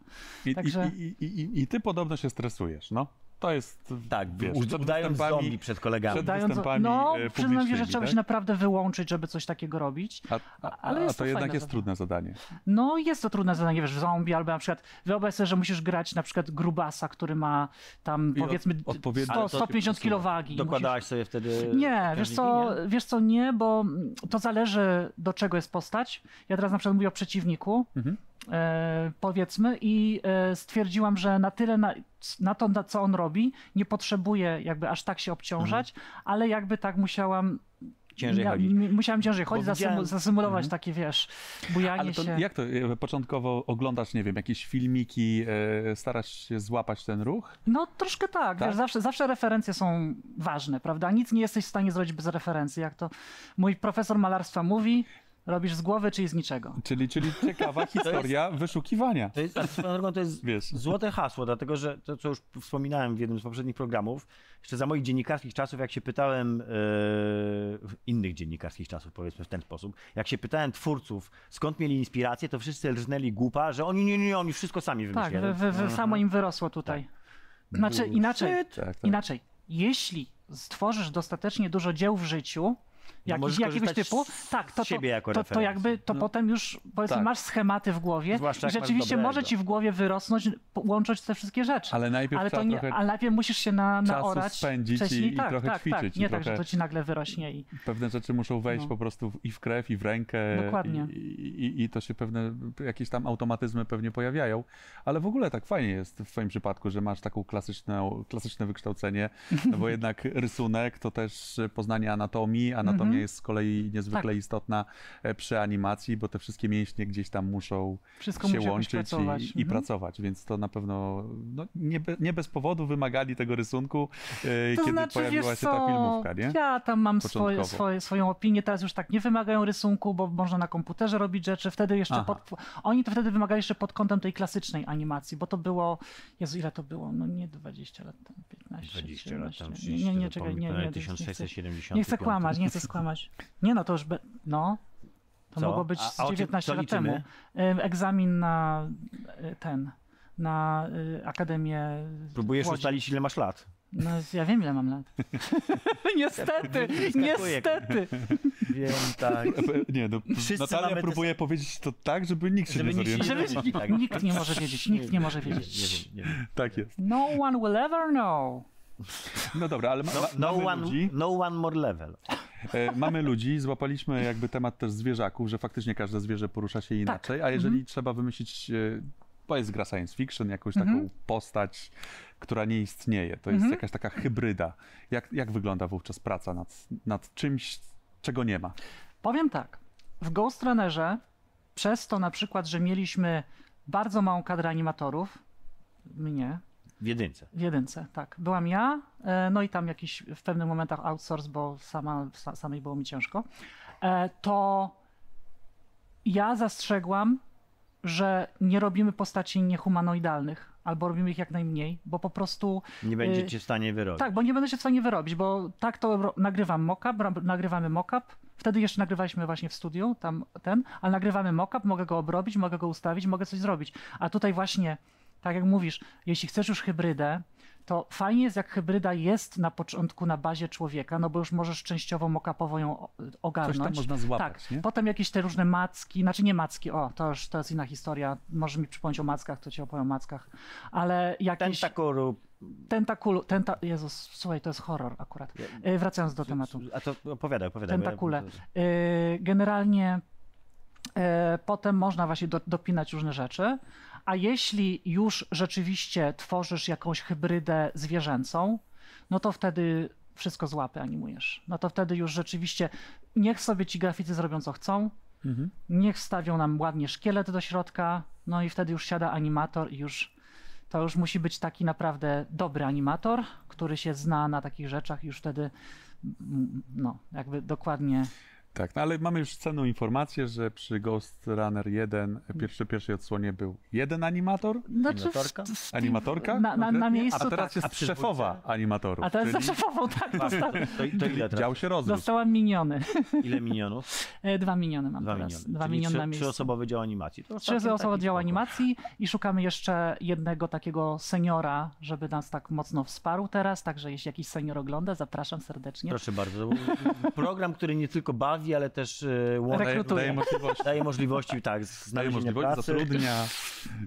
[SPEAKER 2] I,
[SPEAKER 3] Także-
[SPEAKER 2] i, i, i, I ty podobno się stresujesz, no. To jest,
[SPEAKER 1] Tak,
[SPEAKER 2] wiesz,
[SPEAKER 1] u-
[SPEAKER 2] przed
[SPEAKER 1] udając
[SPEAKER 2] występami-
[SPEAKER 1] zombie przed kolegami.
[SPEAKER 2] przed-
[SPEAKER 3] Dając,
[SPEAKER 2] Występami,
[SPEAKER 3] no,
[SPEAKER 2] e,
[SPEAKER 3] przyznam się, że
[SPEAKER 2] publicznymi,
[SPEAKER 3] trzeba
[SPEAKER 2] tak?
[SPEAKER 3] się naprawdę wyłączyć, żeby coś takiego robić.
[SPEAKER 2] A, a,
[SPEAKER 3] Ale
[SPEAKER 2] a
[SPEAKER 3] jest
[SPEAKER 2] to
[SPEAKER 3] to
[SPEAKER 2] jednak
[SPEAKER 3] fajne
[SPEAKER 2] jest
[SPEAKER 3] zadanie.
[SPEAKER 2] trudne zadanie.
[SPEAKER 3] No, jest to trudne zadanie, wiesz, w zombie, albo na przykład wyobraź sobie, że musisz grać na przykład grubasa, który ma tam
[SPEAKER 2] I od-
[SPEAKER 3] powiedzmy
[SPEAKER 2] odpowiednio-
[SPEAKER 3] 100,
[SPEAKER 2] Ale to się
[SPEAKER 3] 150 kilo
[SPEAKER 2] przesuwa.
[SPEAKER 3] wagi. i
[SPEAKER 1] Dokładałaś sobie wtedy...
[SPEAKER 3] Nie, wiesz co,
[SPEAKER 1] ciążniki,
[SPEAKER 3] wiesz co, nie, bo mm, to zależy do czego jest postać. Ja teraz na przykład mówię o przeciwniku,
[SPEAKER 1] Mhm.
[SPEAKER 3] e, powiedzmy, i e, stwierdziłam, że na tyle, na, na to, na co on robi, nie potrzebuję jakby aż tak się obciążać, ale jakby tak musiałam...
[SPEAKER 1] Mhm. Ciężej
[SPEAKER 3] mia-
[SPEAKER 1] chodzić.
[SPEAKER 3] mi- Musiałam ciężej chodzić,
[SPEAKER 1] Bo
[SPEAKER 3] zasymu,
[SPEAKER 1] widziałem- Mhm.
[SPEAKER 3] zasymulować takie, wiesz, bujanie
[SPEAKER 2] Ale to
[SPEAKER 3] się.
[SPEAKER 2] jak to, e, początkowo oglądasz, nie wiem, jakieś filmiki, e, starasz się złapać ten ruch?
[SPEAKER 3] No troszkę tak,
[SPEAKER 2] Tak?
[SPEAKER 3] Wiesz, zawsze, zawsze referencje są ważne, prawda? Nic nie jesteś w stanie zrobić bez referencji, jak to mój profesor malarstwa mówi, robisz z głowy, czyli z niczego.
[SPEAKER 2] Czyli, czyli ciekawa historia wyszukiwania.
[SPEAKER 1] To jest, a swoją drogą to [LAUGHS] jest
[SPEAKER 2] Wiesz.
[SPEAKER 1] złote hasło, dlatego że to, co już wspominałem w jednym z poprzednich programów, jeszcze za moich dziennikarskich czasów, jak się pytałem, e, innych dziennikarskich czasów, powiedzmy w ten sposób, jak się pytałem twórców, skąd mieli inspirację, to wszyscy rżnęli głupa, że oni nie, nie, oni wszystko sami
[SPEAKER 3] Tak,
[SPEAKER 1] wymyślili.
[SPEAKER 3] wy, wy, wy, samo
[SPEAKER 1] Mhm.
[SPEAKER 3] im wyrosło tutaj. Znaczy
[SPEAKER 1] Bullshit.
[SPEAKER 3] inaczej,
[SPEAKER 2] Tak, tak.
[SPEAKER 3] inaczej, jeśli stworzysz dostatecznie dużo dzieł w życiu, jak,
[SPEAKER 1] No możesz
[SPEAKER 3] jakiegoś
[SPEAKER 1] korzystać
[SPEAKER 3] typu,
[SPEAKER 1] z
[SPEAKER 3] tak, to, to,
[SPEAKER 1] siebie jako
[SPEAKER 3] to, to
[SPEAKER 1] referencji.
[SPEAKER 3] jakby to potem już powiedzmy
[SPEAKER 2] Tak.
[SPEAKER 3] masz schematy w głowie
[SPEAKER 1] Zwłaszcza
[SPEAKER 3] i
[SPEAKER 1] jak masz
[SPEAKER 3] rzeczywiście
[SPEAKER 1] dobre
[SPEAKER 3] może
[SPEAKER 1] ego.
[SPEAKER 3] ci w głowie wyrosnąć, po- łącząc te wszystkie rzeczy.
[SPEAKER 2] Ale najpierw
[SPEAKER 3] ale, to
[SPEAKER 2] trzeba
[SPEAKER 3] nie,
[SPEAKER 2] trochę
[SPEAKER 3] ale najpierw musisz się na,
[SPEAKER 2] czasu
[SPEAKER 3] naorać.
[SPEAKER 2] spędzić i-
[SPEAKER 3] wcześniej.
[SPEAKER 2] i
[SPEAKER 3] tak,
[SPEAKER 2] trochę
[SPEAKER 3] tak,
[SPEAKER 2] ćwiczyć
[SPEAKER 3] Tak.
[SPEAKER 2] i
[SPEAKER 3] Nie tak,
[SPEAKER 2] trochę-
[SPEAKER 3] że to ci nagle wyrośnie i
[SPEAKER 2] pewne rzeczy muszą wejść
[SPEAKER 3] No.
[SPEAKER 2] po prostu w- i w krew, i w rękę.
[SPEAKER 3] Dokładnie.
[SPEAKER 2] I, i, I to się pewne, jakieś tam automatyzmy pewnie pojawiają. Ale w ogóle tak fajnie jest w twoim przypadku, że masz taką klasyczną, klasyczne
[SPEAKER 3] [LAUGHS]
[SPEAKER 2] wykształcenie, no bo jednak rysunek to też poznanie anatomii. Anatomia jest z kolei niezwykle
[SPEAKER 3] Mhm. Tak.
[SPEAKER 2] istotna e, przy animacji, bo te wszystkie mięśnie gdzieś tam muszą
[SPEAKER 3] Wszystko
[SPEAKER 2] się
[SPEAKER 3] musi jakoś
[SPEAKER 2] łączyć
[SPEAKER 3] pracować.
[SPEAKER 2] i, i
[SPEAKER 3] Mhm.
[SPEAKER 2] pracować, więc to na pewno no, nie, be, nie bez powodu wymagali tego rysunku, e,
[SPEAKER 3] To
[SPEAKER 2] kiedy
[SPEAKER 3] znaczy,
[SPEAKER 2] pojawiła
[SPEAKER 3] wiesz
[SPEAKER 2] się
[SPEAKER 3] co,
[SPEAKER 2] ta filmówka, nie?
[SPEAKER 3] Ja tam mam swoje,
[SPEAKER 2] Początkowo.
[SPEAKER 3] swoje, swoją opinię, teraz już tak nie wymagają rysunku, bo można na komputerze robić rzeczy, wtedy jeszcze
[SPEAKER 2] Aha.
[SPEAKER 3] pod, oni to wtedy wymagali jeszcze pod kątem tej klasycznej animacji, bo to było, Jezu, ile to było? No nie 20 lat temu, 15,
[SPEAKER 1] 20 lat tam,
[SPEAKER 3] 17. nie, nie, nie, czekaj, nie, nie, nie, nie chcę, nie chcę kłamać, nie chcę skłamać. Nie no, to już, be, no, To
[SPEAKER 1] Co?
[SPEAKER 3] mogło być
[SPEAKER 1] A- a
[SPEAKER 3] z
[SPEAKER 1] o czym-
[SPEAKER 3] 19
[SPEAKER 1] to
[SPEAKER 3] lat temu.
[SPEAKER 1] liczymy?
[SPEAKER 3] Y, Egzamin na y, ten, na y, Akademię.
[SPEAKER 1] Próbujesz
[SPEAKER 3] w Łodzi.
[SPEAKER 1] ustalić, ile masz lat.
[SPEAKER 3] No, ja wiem, ile mam lat. [LAUGHS] niestety,
[SPEAKER 1] [LAUGHS]
[SPEAKER 3] niestety.
[SPEAKER 1] Wiem, tak.
[SPEAKER 2] Nie, no,
[SPEAKER 1] [LAUGHS] Wszyscy mamy
[SPEAKER 2] Natalia
[SPEAKER 1] te-
[SPEAKER 2] próbuje powiedzieć to tak, żeby nikt się
[SPEAKER 1] Żeby
[SPEAKER 2] nie
[SPEAKER 1] nikt się nie
[SPEAKER 2] zorientował.
[SPEAKER 3] Żeby
[SPEAKER 1] wiedzieć, tak.
[SPEAKER 3] nikt nie może wiedzieć, nikt nie może
[SPEAKER 1] Nie
[SPEAKER 3] wiedzieć.
[SPEAKER 1] wiem, nie wiem.
[SPEAKER 2] Tak jest.
[SPEAKER 3] No one will ever know.
[SPEAKER 2] No dobra, ale ma,
[SPEAKER 1] No,
[SPEAKER 2] ma,
[SPEAKER 1] no,
[SPEAKER 2] mamy
[SPEAKER 1] one,
[SPEAKER 2] ludzi.
[SPEAKER 1] no one more level.
[SPEAKER 2] E, mamy ludzi, złapaliśmy jakby temat też zwierzaków, że faktycznie każde zwierzę porusza
[SPEAKER 1] Tak.
[SPEAKER 2] się inaczej, a jeżeli
[SPEAKER 1] Mhm.
[SPEAKER 2] trzeba wymyślić, e, bo jest gra science fiction, jakąś taką
[SPEAKER 1] Mhm.
[SPEAKER 2] postać, która nie istnieje, to jest jakaś taka hybryda. Jak, jak wygląda wówczas praca nad, nad czymś, czego nie ma?
[SPEAKER 3] Powiem tak, w Ghost Runnerze przez to na przykład, że mieliśmy bardzo małą kadrę animatorów, mnie,
[SPEAKER 1] W jedynce.
[SPEAKER 3] W jedynce, tak. Byłam ja, e, no i tam jakiś w pewnych momentach outsource, bo sama, sa, samej było mi ciężko. E, To ja zastrzegłam, że nie robimy postaci niehumanoidalnych, albo robimy ich jak najmniej, bo po prostu
[SPEAKER 1] Nie będziecie w stanie wyrobić.
[SPEAKER 3] tak, bo nie będę się w stanie wyrobić, bo tak to ro- nagrywam mock-up, ra- nagrywamy mock-up. Wtedy jeszcze nagrywaliśmy właśnie w studiu, tam ten, ale nagrywamy mock-up, mogę go obrobić, mogę go ustawić, mogę coś zrobić. A tutaj właśnie, tak jak mówisz, jeśli chcesz już hybrydę, to fajnie jest, jak hybryda jest na początku na bazie człowieka, no bo już możesz częściowo mock-upowo ją o-
[SPEAKER 2] Coś
[SPEAKER 3] ogarnąć.
[SPEAKER 2] tam można złapać,
[SPEAKER 3] Tak,
[SPEAKER 2] nie?
[SPEAKER 3] potem jakieś te różne macki, znaczy nie macki, o, to już to jest inna historia, możesz mi przypomnieć o mackach, to ci opowiem o mackach, ale
[SPEAKER 1] Ten tak
[SPEAKER 3] jakieś...
[SPEAKER 1] takoru.
[SPEAKER 3] Tentakulu, tenta... Jezus, słuchaj, to jest horror akurat. E, Wracając do tematu.
[SPEAKER 1] A to opowiadaj, opowiadaj. bo ja-
[SPEAKER 3] Tentakule. E, Generalnie e, potem można właśnie do, dopinać różne rzeczy, a jeśli już rzeczywiście tworzysz jakąś hybrydę zwierzęcą, no to wtedy wszystko z łapy animujesz. No to wtedy już rzeczywiście niech sobie ci graficy zrobią co chcą,
[SPEAKER 2] Mhm.
[SPEAKER 3] niech wstawią nam ładnie szkielet do środka, no i wtedy już siada animator i już to już musi być taki naprawdę dobry animator, który się zna na takich rzeczach i już wtedy mm, no, jakby dokładnie
[SPEAKER 2] Tak, no ale mamy już cenną informację, że przy Ghost Runner 1 pierwszy, pierwszej odsłonie był jeden animator,
[SPEAKER 3] znaczy
[SPEAKER 1] Animatorka?
[SPEAKER 3] w-
[SPEAKER 2] animatorka,
[SPEAKER 3] na, na, na
[SPEAKER 2] konkretnie,
[SPEAKER 3] miejscu
[SPEAKER 2] a teraz
[SPEAKER 3] tak.
[SPEAKER 1] A
[SPEAKER 2] jest
[SPEAKER 1] przy
[SPEAKER 2] szefowa
[SPEAKER 1] dwójce?
[SPEAKER 2] animatorów,
[SPEAKER 3] A teraz
[SPEAKER 2] czyli
[SPEAKER 3] zawsze szefową,
[SPEAKER 1] [LAUGHS]
[SPEAKER 3] tak, dosta,
[SPEAKER 1] To, to ile teraz?
[SPEAKER 2] dział się rozrósł.
[SPEAKER 3] dostałam miniony.
[SPEAKER 1] Ile minionów?
[SPEAKER 3] E, Dwa miniony mam
[SPEAKER 1] Dwa
[SPEAKER 3] teraz.
[SPEAKER 1] miniony.
[SPEAKER 3] Dwa
[SPEAKER 1] Czyli
[SPEAKER 3] miniony na
[SPEAKER 1] trzy,
[SPEAKER 3] miejscu.
[SPEAKER 1] trzyosobowy dział animacji. To
[SPEAKER 3] Trzy
[SPEAKER 1] całkiem taki
[SPEAKER 3] osoby dział
[SPEAKER 1] spoko.
[SPEAKER 3] animacji i szukamy jeszcze jednego takiego seniora, żeby nas tak mocno wsparł teraz. Także jeśli jakiś senior ogląda, zapraszam serdecznie.
[SPEAKER 1] Proszę bardzo. Program, który nie tylko bawi, ale też e, łączy,
[SPEAKER 2] Daje,
[SPEAKER 3] rekrutuje.
[SPEAKER 2] daje możliwość,
[SPEAKER 1] daje możliwości, tak,
[SPEAKER 2] daje
[SPEAKER 1] znalezienia
[SPEAKER 2] możliwość
[SPEAKER 1] pracy.
[SPEAKER 2] zatrudnia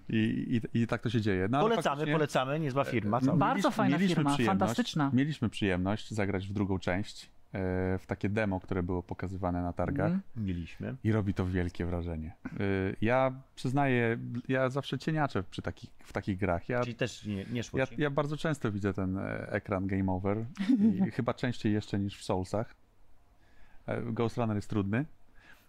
[SPEAKER 2] i, i, i tak to się dzieje. No, ale
[SPEAKER 1] Polecamy,
[SPEAKER 2] faktycznie
[SPEAKER 1] polecamy, niezła firma. Co?
[SPEAKER 3] Bardzo fajna firma,
[SPEAKER 2] przyjemność-
[SPEAKER 3] fantastyczna.
[SPEAKER 2] Mieliśmy przyjemność zagrać w drugą część, e, w takie demo, które było pokazywane na targach.
[SPEAKER 3] Mhm.
[SPEAKER 1] Mieliśmy.
[SPEAKER 2] I robi to wielkie wrażenie. Y, Ja przyznaję, ja zawsze cieniaczę przy takich, w takich grach. Ja,
[SPEAKER 1] Czyli też nie, nie szło
[SPEAKER 2] ja,
[SPEAKER 1] ci.
[SPEAKER 2] ja bardzo często widzę ten e, ekran game over.
[SPEAKER 1] [LAUGHS]
[SPEAKER 2] I chyba częściej jeszcze niż w Soulsach. E, Ghost Runner jest trudny,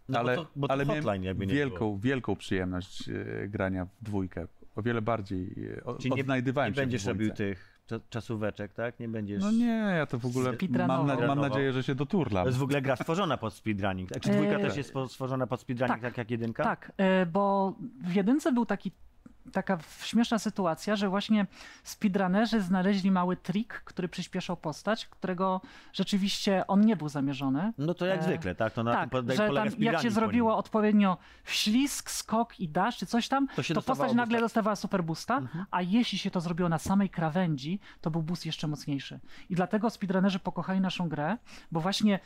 [SPEAKER 1] No
[SPEAKER 2] ale,
[SPEAKER 1] bo to, bo to
[SPEAKER 2] ale miałem
[SPEAKER 1] hotline jakby nie
[SPEAKER 2] wielką,
[SPEAKER 1] było.
[SPEAKER 2] wielką przyjemność e, grania w dwójkę. O wiele bardziej e, o,
[SPEAKER 1] Czyli nie,
[SPEAKER 2] odnajdywałem
[SPEAKER 1] nie
[SPEAKER 2] się
[SPEAKER 1] będziesz
[SPEAKER 2] w dwójce.
[SPEAKER 1] robił tych cza- czasóweczek, tak? Nie będziesz...
[SPEAKER 2] No nie, ja to w ogóle mam, na, mam
[SPEAKER 1] Speedrunował.
[SPEAKER 2] nadzieję, że się doturlam.
[SPEAKER 1] To jest w ogóle gra stworzona pod speedrunning. tak? Czy
[SPEAKER 3] Eee,
[SPEAKER 1] dwójka też jest po- stworzona pod speedrunning,
[SPEAKER 3] tak.
[SPEAKER 1] tak, jak jedynka?
[SPEAKER 3] Tak, y, bo w jedynce był taki, taka w- śmieszna sytuacja, że właśnie speedrunnerzy znaleźli mały trik, który przyspieszał postać, którego rzeczywiście on nie był zamierzony.
[SPEAKER 1] No to jak
[SPEAKER 3] Eee,
[SPEAKER 1] zwykle, tak? To na
[SPEAKER 3] tak,
[SPEAKER 1] tym polega
[SPEAKER 3] że tam
[SPEAKER 1] speedrunning.
[SPEAKER 3] jak się
[SPEAKER 1] po
[SPEAKER 3] zrobiło
[SPEAKER 1] nim.
[SPEAKER 3] odpowiednio ślisk, skok i dash czy coś tam,
[SPEAKER 1] To się Mhm.
[SPEAKER 3] to
[SPEAKER 1] dostawało
[SPEAKER 3] postać nagle
[SPEAKER 1] boosta.
[SPEAKER 3] dostawała super boosta, a jeśli się to zrobiło na samej krawędzi, to był boost jeszcze mocniejszy. I dlatego speedrunnerzy pokochali naszą grę, bo właśnie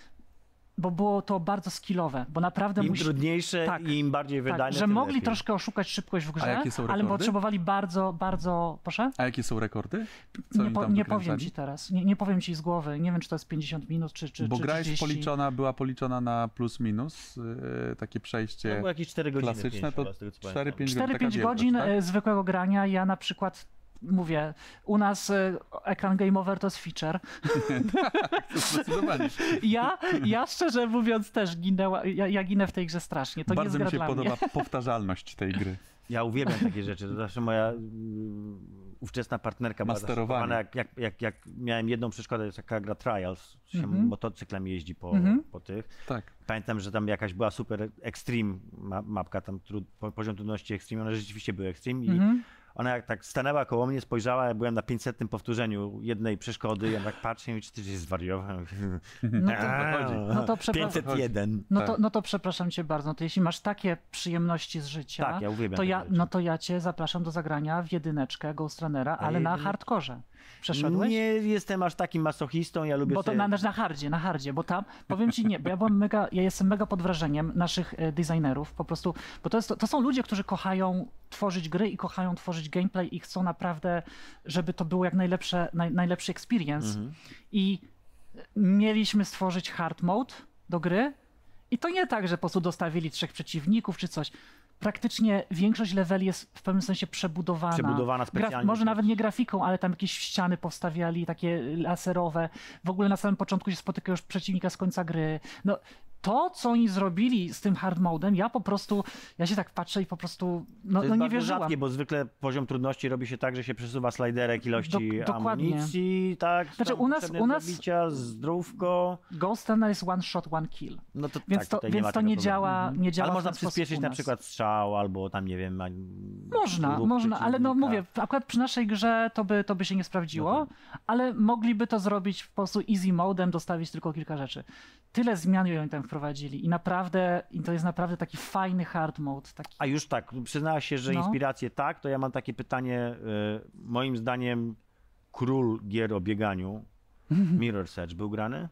[SPEAKER 3] bo było to bardzo skillowe, bo naprawdę
[SPEAKER 1] Im
[SPEAKER 3] musi...
[SPEAKER 1] trudniejsze
[SPEAKER 3] tak,
[SPEAKER 1] i im bardziej
[SPEAKER 3] Tak,
[SPEAKER 1] wydajne,
[SPEAKER 3] że
[SPEAKER 1] tym
[SPEAKER 3] mogli
[SPEAKER 1] lepiej.
[SPEAKER 3] troszkę oszukać szybkość w grze,
[SPEAKER 2] jakie są
[SPEAKER 3] ale
[SPEAKER 2] rekordy?
[SPEAKER 3] potrzebowali bardzo, bardzo. Proszę?
[SPEAKER 2] A jakie są rekordy? Co
[SPEAKER 3] Nie,
[SPEAKER 2] oni
[SPEAKER 3] po,
[SPEAKER 2] tam
[SPEAKER 3] nie
[SPEAKER 2] wykręcali?
[SPEAKER 3] powiem ci teraz. Nie, nie powiem ci z głowy. Nie wiem, czy to jest 50 minut, czy, czy,
[SPEAKER 2] Bo
[SPEAKER 3] czy
[SPEAKER 2] gra jest
[SPEAKER 3] 30.
[SPEAKER 2] policzona, była policzona na plus minus, yy, takie
[SPEAKER 1] To
[SPEAKER 2] przejście
[SPEAKER 1] było jakieś 4 godziny.
[SPEAKER 2] klasyczne,
[SPEAKER 1] pięć
[SPEAKER 2] to
[SPEAKER 1] chyba, z tego, co pamiętam.
[SPEAKER 2] 4-5 godzin.
[SPEAKER 3] 4-5
[SPEAKER 2] taka tak?
[SPEAKER 3] godzin
[SPEAKER 2] wielkość,
[SPEAKER 3] e, zwykłego grania. Ja na przykład mówię, u nas e, ekran game over to jest feature.
[SPEAKER 2] Tak? [LAUGHS] Zdecydowanie.
[SPEAKER 3] Ja, ja szczerze mówiąc też ginęła, ja, ja ginę w tej grze strasznie. To nie
[SPEAKER 2] Bardzo
[SPEAKER 3] jest
[SPEAKER 2] mi
[SPEAKER 3] gra
[SPEAKER 2] się
[SPEAKER 3] dla
[SPEAKER 2] podoba
[SPEAKER 3] mnie.
[SPEAKER 2] powtarzalność tej gry.
[SPEAKER 1] Ja uwielbiam takie rzeczy. To zawsze moja mm, ówczesna partnerka była
[SPEAKER 2] Masterowanie.
[SPEAKER 1] zaszokowana, jak, jak, jak, jak miałem jedną przeszkodę, jest taka gra Trials, się motocyklem jeździ po,
[SPEAKER 3] Mhm.
[SPEAKER 1] po tych.
[SPEAKER 2] Tak.
[SPEAKER 1] Pamiętam, że tam jakaś była super extreme ma- mapka, tam tru, po, poziom trudności extreme, one rzeczywiście były extreme i
[SPEAKER 3] Mhm.
[SPEAKER 1] Ona jak tak stanęła koło mnie, spojrzała, ja byłem na 500 powtórzeniu jednej przeszkody, ja tak patrzę i mówię, czy ty się zwariował?
[SPEAKER 3] No
[SPEAKER 2] Mhm.
[SPEAKER 3] to,
[SPEAKER 1] Eee,
[SPEAKER 3] no to przepraszam.
[SPEAKER 1] 501.
[SPEAKER 3] no,
[SPEAKER 2] Tak.
[SPEAKER 3] to, no to przepraszam cię bardzo. No to jeśli masz takie przyjemności z życia,
[SPEAKER 1] Tak, ja uwielbiam
[SPEAKER 3] to
[SPEAKER 1] takie
[SPEAKER 3] ja,
[SPEAKER 1] rzeczy.
[SPEAKER 3] no to ja cię zapraszam do zagrania w jedyneczkę Ghostrunnera, ale na
[SPEAKER 1] jedyneczkę?
[SPEAKER 3] hardkorze. Przeszedłeś?
[SPEAKER 1] Nie jestem aż takim masochistą, ja lubię
[SPEAKER 3] Bo to
[SPEAKER 1] sobie...
[SPEAKER 3] na, na hardzie, na hardzie, bo tam, powiem ci nie, bo ja byłam mega, ja jestem mega pod wrażeniem naszych e, designerów, po prostu, bo to, jest, to są ludzie, którzy kochają tworzyć gry i kochają tworzyć gameplay i chcą naprawdę, żeby to było jak najlepsze, naj, najlepszy experience
[SPEAKER 1] Mhm.
[SPEAKER 3] i mieliśmy stworzyć hard mode do gry i to nie tak, że po prostu dostawili trzech przeciwników czy coś. Praktycznie większość leveli jest w pewnym sensie przebudowana.
[SPEAKER 1] Przebudowana specjalnie.
[SPEAKER 3] może nawet nie grafiką, ale tam jakieś ściany powstawiali, takie laserowe. W ogóle na samym początku się spotyka już przeciwnika z końca gry. No, to, co oni zrobili z tym hard modem, ja po prostu, ja się tak patrzę i po prostu, no,
[SPEAKER 1] To jest
[SPEAKER 3] no nie
[SPEAKER 1] bardzo
[SPEAKER 3] wierzyłam.
[SPEAKER 1] rzadkie, bo zwykle poziom trudności robi się tak, że się przesuwa slajderek ilości
[SPEAKER 3] Dok- dokładnie.
[SPEAKER 1] amunicji, tak?
[SPEAKER 3] Znaczy,
[SPEAKER 1] są
[SPEAKER 3] u nas-
[SPEAKER 1] potrzebne
[SPEAKER 3] u nas-
[SPEAKER 1] do bicia, zdrówko,
[SPEAKER 3] Ghost Runner jest one shot, one kill.
[SPEAKER 1] no to
[SPEAKER 3] Więc
[SPEAKER 1] tak,
[SPEAKER 3] to,
[SPEAKER 1] tutaj
[SPEAKER 3] więc
[SPEAKER 1] nie ma
[SPEAKER 3] to
[SPEAKER 1] tego
[SPEAKER 3] nie
[SPEAKER 1] problemu. Mhm.
[SPEAKER 3] działa, nie działa.
[SPEAKER 1] Ale
[SPEAKER 3] w
[SPEAKER 1] można
[SPEAKER 3] ten sposób
[SPEAKER 1] przyspieszyć
[SPEAKER 3] u
[SPEAKER 1] na
[SPEAKER 3] nas.
[SPEAKER 1] przykład strzał, albo tam, nie wiem... a-
[SPEAKER 3] Można,
[SPEAKER 1] ruch
[SPEAKER 3] można, ale no
[SPEAKER 1] przeciwnika.
[SPEAKER 3] mówię, akurat przy naszej grze to by, to by się nie sprawdziło,
[SPEAKER 1] No
[SPEAKER 3] ale mogliby to zrobić po prostu easy modem, dostawić tylko kilka rzeczy. Tyle zmian oni tam wprowadzili i naprawdę, i to jest naprawdę taki fajny hard mode, taki
[SPEAKER 1] A już tak, przyznałaś się, że
[SPEAKER 3] No.
[SPEAKER 1] inspiracje tak, to ja mam takie pytanie. y, Moim zdaniem król gier o bieganiu, Mirror Edge, był grany?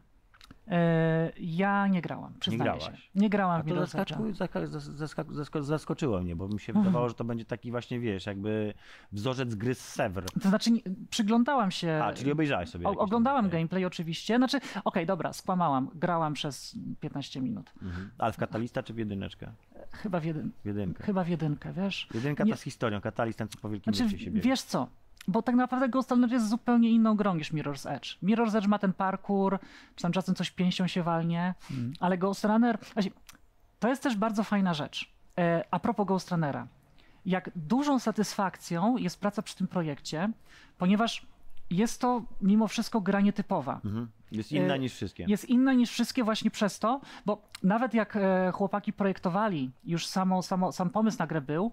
[SPEAKER 3] E, ja nie grałam, przyznaję się.
[SPEAKER 1] grałaś.
[SPEAKER 3] Nie grałam
[SPEAKER 1] A
[SPEAKER 3] w
[SPEAKER 1] to
[SPEAKER 3] Mirror's Edge'a.
[SPEAKER 1] zaskaku, zaka- zas- zaskaku, zasko- zaskoczyło mnie, bo mi się Mhm. wydawało, że to będzie taki właśnie, wiesz, jakby wzorzec gry z Sever.
[SPEAKER 3] To znaczy, nie- przyglądałam się.
[SPEAKER 1] A, czyli obejrzałeś sobie
[SPEAKER 3] O,
[SPEAKER 1] jakieś tam
[SPEAKER 3] oglądałam
[SPEAKER 1] gameplay.
[SPEAKER 3] gameplay oczywiście. Znaczy, okej, dobra, skłamałam. Grałam przez 15 minut.
[SPEAKER 1] Mhm. Ale w Katalista czy w jedyneczkę?
[SPEAKER 3] Chyba w, jedyn...
[SPEAKER 1] W jedynkę.
[SPEAKER 3] Chyba w jedynkę, wiesz?
[SPEAKER 1] Jedynka
[SPEAKER 3] Nie.
[SPEAKER 1] ta z historią, Katalist ten, co po wielkim
[SPEAKER 3] Znaczy,
[SPEAKER 1] mieście się biega.
[SPEAKER 3] wiesz co? Bo tak naprawdę Ghost Runner jest zupełnie inną grą niż Mirror's Edge. Mirror's Edge ma ten parkour, czy tam czasem coś pięścią się walnie, ale Ghost Runner... Właśnie, to jest też bardzo fajna rzecz. E, a propos Ghost Runnera. Jak dużą satysfakcją jest praca przy tym projekcie, ponieważ jest to mimo wszystko gra nietypowa.
[SPEAKER 1] Mhm. Jest inna
[SPEAKER 3] Y,
[SPEAKER 1] niż wszystkie.
[SPEAKER 3] Jest inna niż wszystkie właśnie przez to, bo nawet jak e, chłopaki projektowali, już samo, samo, sam pomysł na grę był,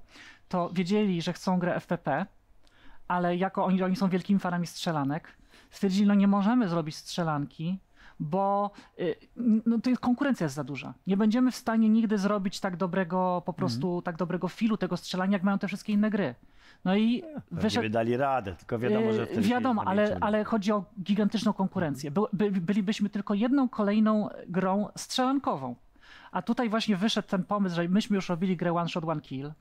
[SPEAKER 3] to wiedzieli, że chcą grę FPP, ale jako oni, oni są wielkimi fanami strzelanek, stwierdzili, no nie możemy zrobić strzelanki, bo y, no, to jest, konkurencja jest za duża. Nie będziemy w stanie nigdy zrobić tak dobrego, po prostu
[SPEAKER 1] Mhm.
[SPEAKER 3] tak dobrego filu tego strzelania, jak mają te wszystkie inne gry. No i
[SPEAKER 1] Wyszedł...
[SPEAKER 3] wyszedł,
[SPEAKER 1] Nie dali radę, tylko wiadomo, że
[SPEAKER 3] Yy,
[SPEAKER 1] wtedy się
[SPEAKER 3] Wiadomo, ale,
[SPEAKER 1] zamięczyli.
[SPEAKER 3] ale chodzi o gigantyczną konkurencję. By, by, bylibyśmy tylko jedną kolejną grą strzelankową. A tutaj właśnie wyszedł ten pomysł, że myśmy już robili grę One Shot, One Kill.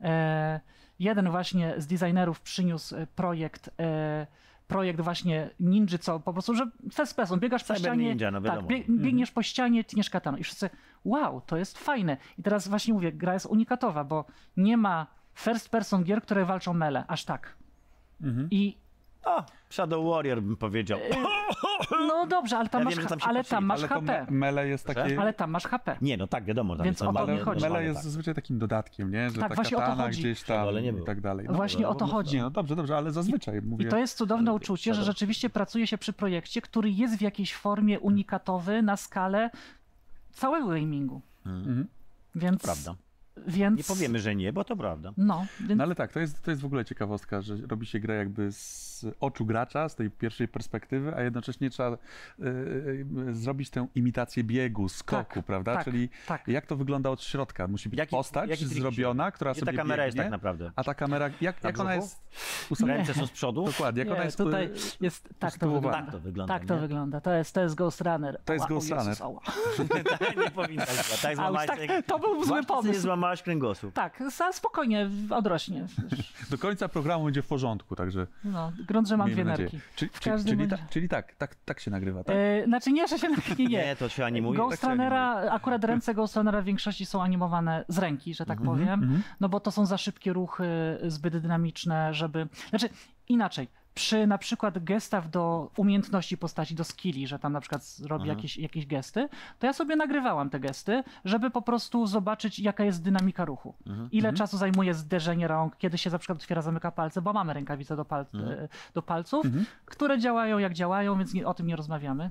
[SPEAKER 3] E, jeden właśnie z designerów przyniósł e, projekt, e, projekt właśnie ninja, co po prostu, że fespesą, biegasz po
[SPEAKER 1] Cyber
[SPEAKER 3] ścianie.
[SPEAKER 1] ninja, no
[SPEAKER 3] tak,
[SPEAKER 1] wiadomo.
[SPEAKER 3] bieg, biegniesz po ścianie, tniesz katano. I wszyscy, wow, to jest fajne. I teraz właśnie mówię, gra jest unikatowa, bo nie ma first person gier, które walczą mele, aż tak.
[SPEAKER 1] Mhm.
[SPEAKER 3] I
[SPEAKER 1] O, Shadow Warrior bym powiedział.
[SPEAKER 3] E, No dobrze, ale tam
[SPEAKER 1] Ja
[SPEAKER 3] masz,
[SPEAKER 1] wiem, że tam się
[SPEAKER 3] ale tam
[SPEAKER 1] patrzyli,
[SPEAKER 3] masz
[SPEAKER 2] Ale to
[SPEAKER 3] HP.
[SPEAKER 2] me- mele jest takie...
[SPEAKER 3] Ale tam masz HP.
[SPEAKER 1] Nie, no tak, wiadomo. Tam
[SPEAKER 3] Więc
[SPEAKER 1] są tak,
[SPEAKER 3] o to
[SPEAKER 1] małe-
[SPEAKER 2] Ale
[SPEAKER 3] mi chodzi.
[SPEAKER 1] małe,
[SPEAKER 2] mele jest zazwyczaj takim dodatkiem, nie? Że
[SPEAKER 3] Tak,
[SPEAKER 2] ta
[SPEAKER 3] właśnie o to
[SPEAKER 2] katana
[SPEAKER 3] chodzi.
[SPEAKER 2] gdzieś
[SPEAKER 1] Czego,
[SPEAKER 2] tam
[SPEAKER 1] ale nie
[SPEAKER 2] i
[SPEAKER 1] było.
[SPEAKER 2] tak dalej.
[SPEAKER 3] Właśnie o to
[SPEAKER 1] dobra,
[SPEAKER 3] chodzi.
[SPEAKER 2] Nie, no dobrze, dobrze, ale zazwyczaj mówię...
[SPEAKER 3] I to jest cudowne uczucie, że
[SPEAKER 1] Shadow.
[SPEAKER 3] rzeczywiście pracuje się przy projekcie, który jest w jakiejś formie unikatowy na skalę całego gamingu.
[SPEAKER 2] Mhm.
[SPEAKER 3] Więc,
[SPEAKER 1] Prawda.
[SPEAKER 3] więc
[SPEAKER 1] Nie powiemy, że nie, bo to prawda.
[SPEAKER 3] No, więc
[SPEAKER 2] No ale tak, to jest, to jest w ogóle ciekawostka, że robi się grę jakby z oczu gracza, z tej pierwszej perspektywy, a jednocześnie trzeba y, y, zrobić tę imitację biegu, skoku,
[SPEAKER 3] Tak,
[SPEAKER 2] prawda?
[SPEAKER 3] tak,
[SPEAKER 2] Czyli
[SPEAKER 3] tak.
[SPEAKER 2] jak to wygląda od środka? Musi być
[SPEAKER 1] Jaki-
[SPEAKER 2] postać
[SPEAKER 1] jaki trik się-
[SPEAKER 2] zrobiona, która
[SPEAKER 1] Gdzie
[SPEAKER 2] sobie
[SPEAKER 1] ta kamera jest
[SPEAKER 2] biegnie,
[SPEAKER 1] tak naprawdę?
[SPEAKER 2] a ta kamera, jak,
[SPEAKER 1] Na
[SPEAKER 2] jak ona
[SPEAKER 1] brzuchu?
[SPEAKER 2] jest ustawiona?
[SPEAKER 1] Ręce są z przodu? [LAUGHS]
[SPEAKER 2] Dokładnie, jak
[SPEAKER 3] nie,
[SPEAKER 2] ona jest...
[SPEAKER 3] tutaj
[SPEAKER 2] y,
[SPEAKER 3] jest tak to
[SPEAKER 2] usytuowana.
[SPEAKER 3] wygląda.
[SPEAKER 1] Tak to wygląda,
[SPEAKER 3] Tak to
[SPEAKER 1] nie?
[SPEAKER 3] wygląda. To jest, to jest Ghost Runner.
[SPEAKER 2] To jest
[SPEAKER 3] Ała, o
[SPEAKER 2] Ghost
[SPEAKER 3] Jezus,
[SPEAKER 2] Runner.
[SPEAKER 3] ała.
[SPEAKER 1] nie powinna być. Tak, złamałeś
[SPEAKER 3] tak,
[SPEAKER 1] sobie-
[SPEAKER 3] to był zły
[SPEAKER 1] Właśnie sobie
[SPEAKER 3] pomysł.
[SPEAKER 1] złamałeś kręgosłup.
[SPEAKER 3] Tak, za- spokojnie,
[SPEAKER 2] [LAUGHS]
[SPEAKER 3] odrośnie.
[SPEAKER 2] Do końca programu będzie w porządku, także
[SPEAKER 3] No, grunt, że mam dwie
[SPEAKER 2] miejmy nadzieję.
[SPEAKER 3] nerki.
[SPEAKER 2] Czyli,
[SPEAKER 3] W
[SPEAKER 2] czyli,
[SPEAKER 3] każdym
[SPEAKER 2] czyli,
[SPEAKER 3] razie-
[SPEAKER 2] tak- czyli tak, tak, tak się nagrywa, tak?
[SPEAKER 3] E, znaczy nie, że się tak
[SPEAKER 1] [LAUGHS]
[SPEAKER 3] nie,
[SPEAKER 1] Nie, to się animuje.
[SPEAKER 2] tak
[SPEAKER 3] Ghost
[SPEAKER 2] się
[SPEAKER 3] Runnera, akurat ręce Ghost Runnera w większości są animowane z ręki, że tak
[SPEAKER 1] Mhm,
[SPEAKER 2] Mhm.
[SPEAKER 3] powiem, no bo to są za szybkie ruchy, zbyt dynamiczne, żeby... Znaczy inaczej, przy na przykład gestach do umiejętności postaci, do skilli, że tam na przykład robi
[SPEAKER 1] Mhm.
[SPEAKER 3] jakieś, jakieś gesty, to ja sobie nagrywałam te gesty, żeby po prostu zobaczyć, jaka jest dynamika ruchu.
[SPEAKER 1] Mhm.
[SPEAKER 3] Ile
[SPEAKER 2] Mhm.
[SPEAKER 3] czasu zajmuje zderzenie rąk, kiedy się na przykład otwiera, zamyka palce, bo mamy rękawice do, pal-
[SPEAKER 1] Mhm.
[SPEAKER 3] e, do palców,
[SPEAKER 2] Mhm.
[SPEAKER 3] które działają jak działają, więc nie, o tym nie rozmawiamy.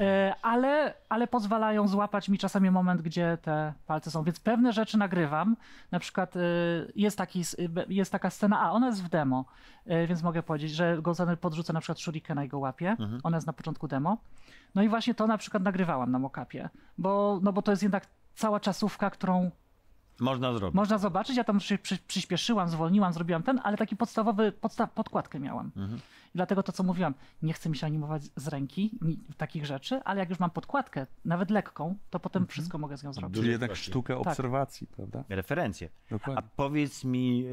[SPEAKER 3] E, ale, ale pozwalają złapać mi czasami moment, gdzie te palce są. Więc pewne rzeczy nagrywam. Na przykład e, jest, taki, s- e, jest taka scena, a ona jest w demo, e, więc mogę powiedzieć, że Gozener podrzuca na przykład shurikena i go łapie.
[SPEAKER 1] Mhm.
[SPEAKER 3] Ona jest na początku demo. No i właśnie to na przykład nagrywałam na mockupie, bo, no bo to jest jednak cała czasówka, którą
[SPEAKER 1] Można zrobić.
[SPEAKER 3] można zobaczyć. Ja tam przy, przy, przyspieszyłam, zwolniłam, zrobiłam ten, ale taki podstawowy, podsta- podkładkę miałam.
[SPEAKER 1] Mhm.
[SPEAKER 3] I dlatego to, co mówiłam, nie chcę mi się animować z ręki, ni- takich rzeczy, ale jak już mam podkładkę, nawet lekką, to potem wszystko mogę z nią zrobić.
[SPEAKER 1] Mhm. Dużo
[SPEAKER 2] Czyli jednak
[SPEAKER 1] prościej.
[SPEAKER 2] sztukę
[SPEAKER 3] Tak.
[SPEAKER 2] obserwacji, prawda?
[SPEAKER 1] Referencje. A
[SPEAKER 2] Dokładnie.
[SPEAKER 1] powiedz mi, y,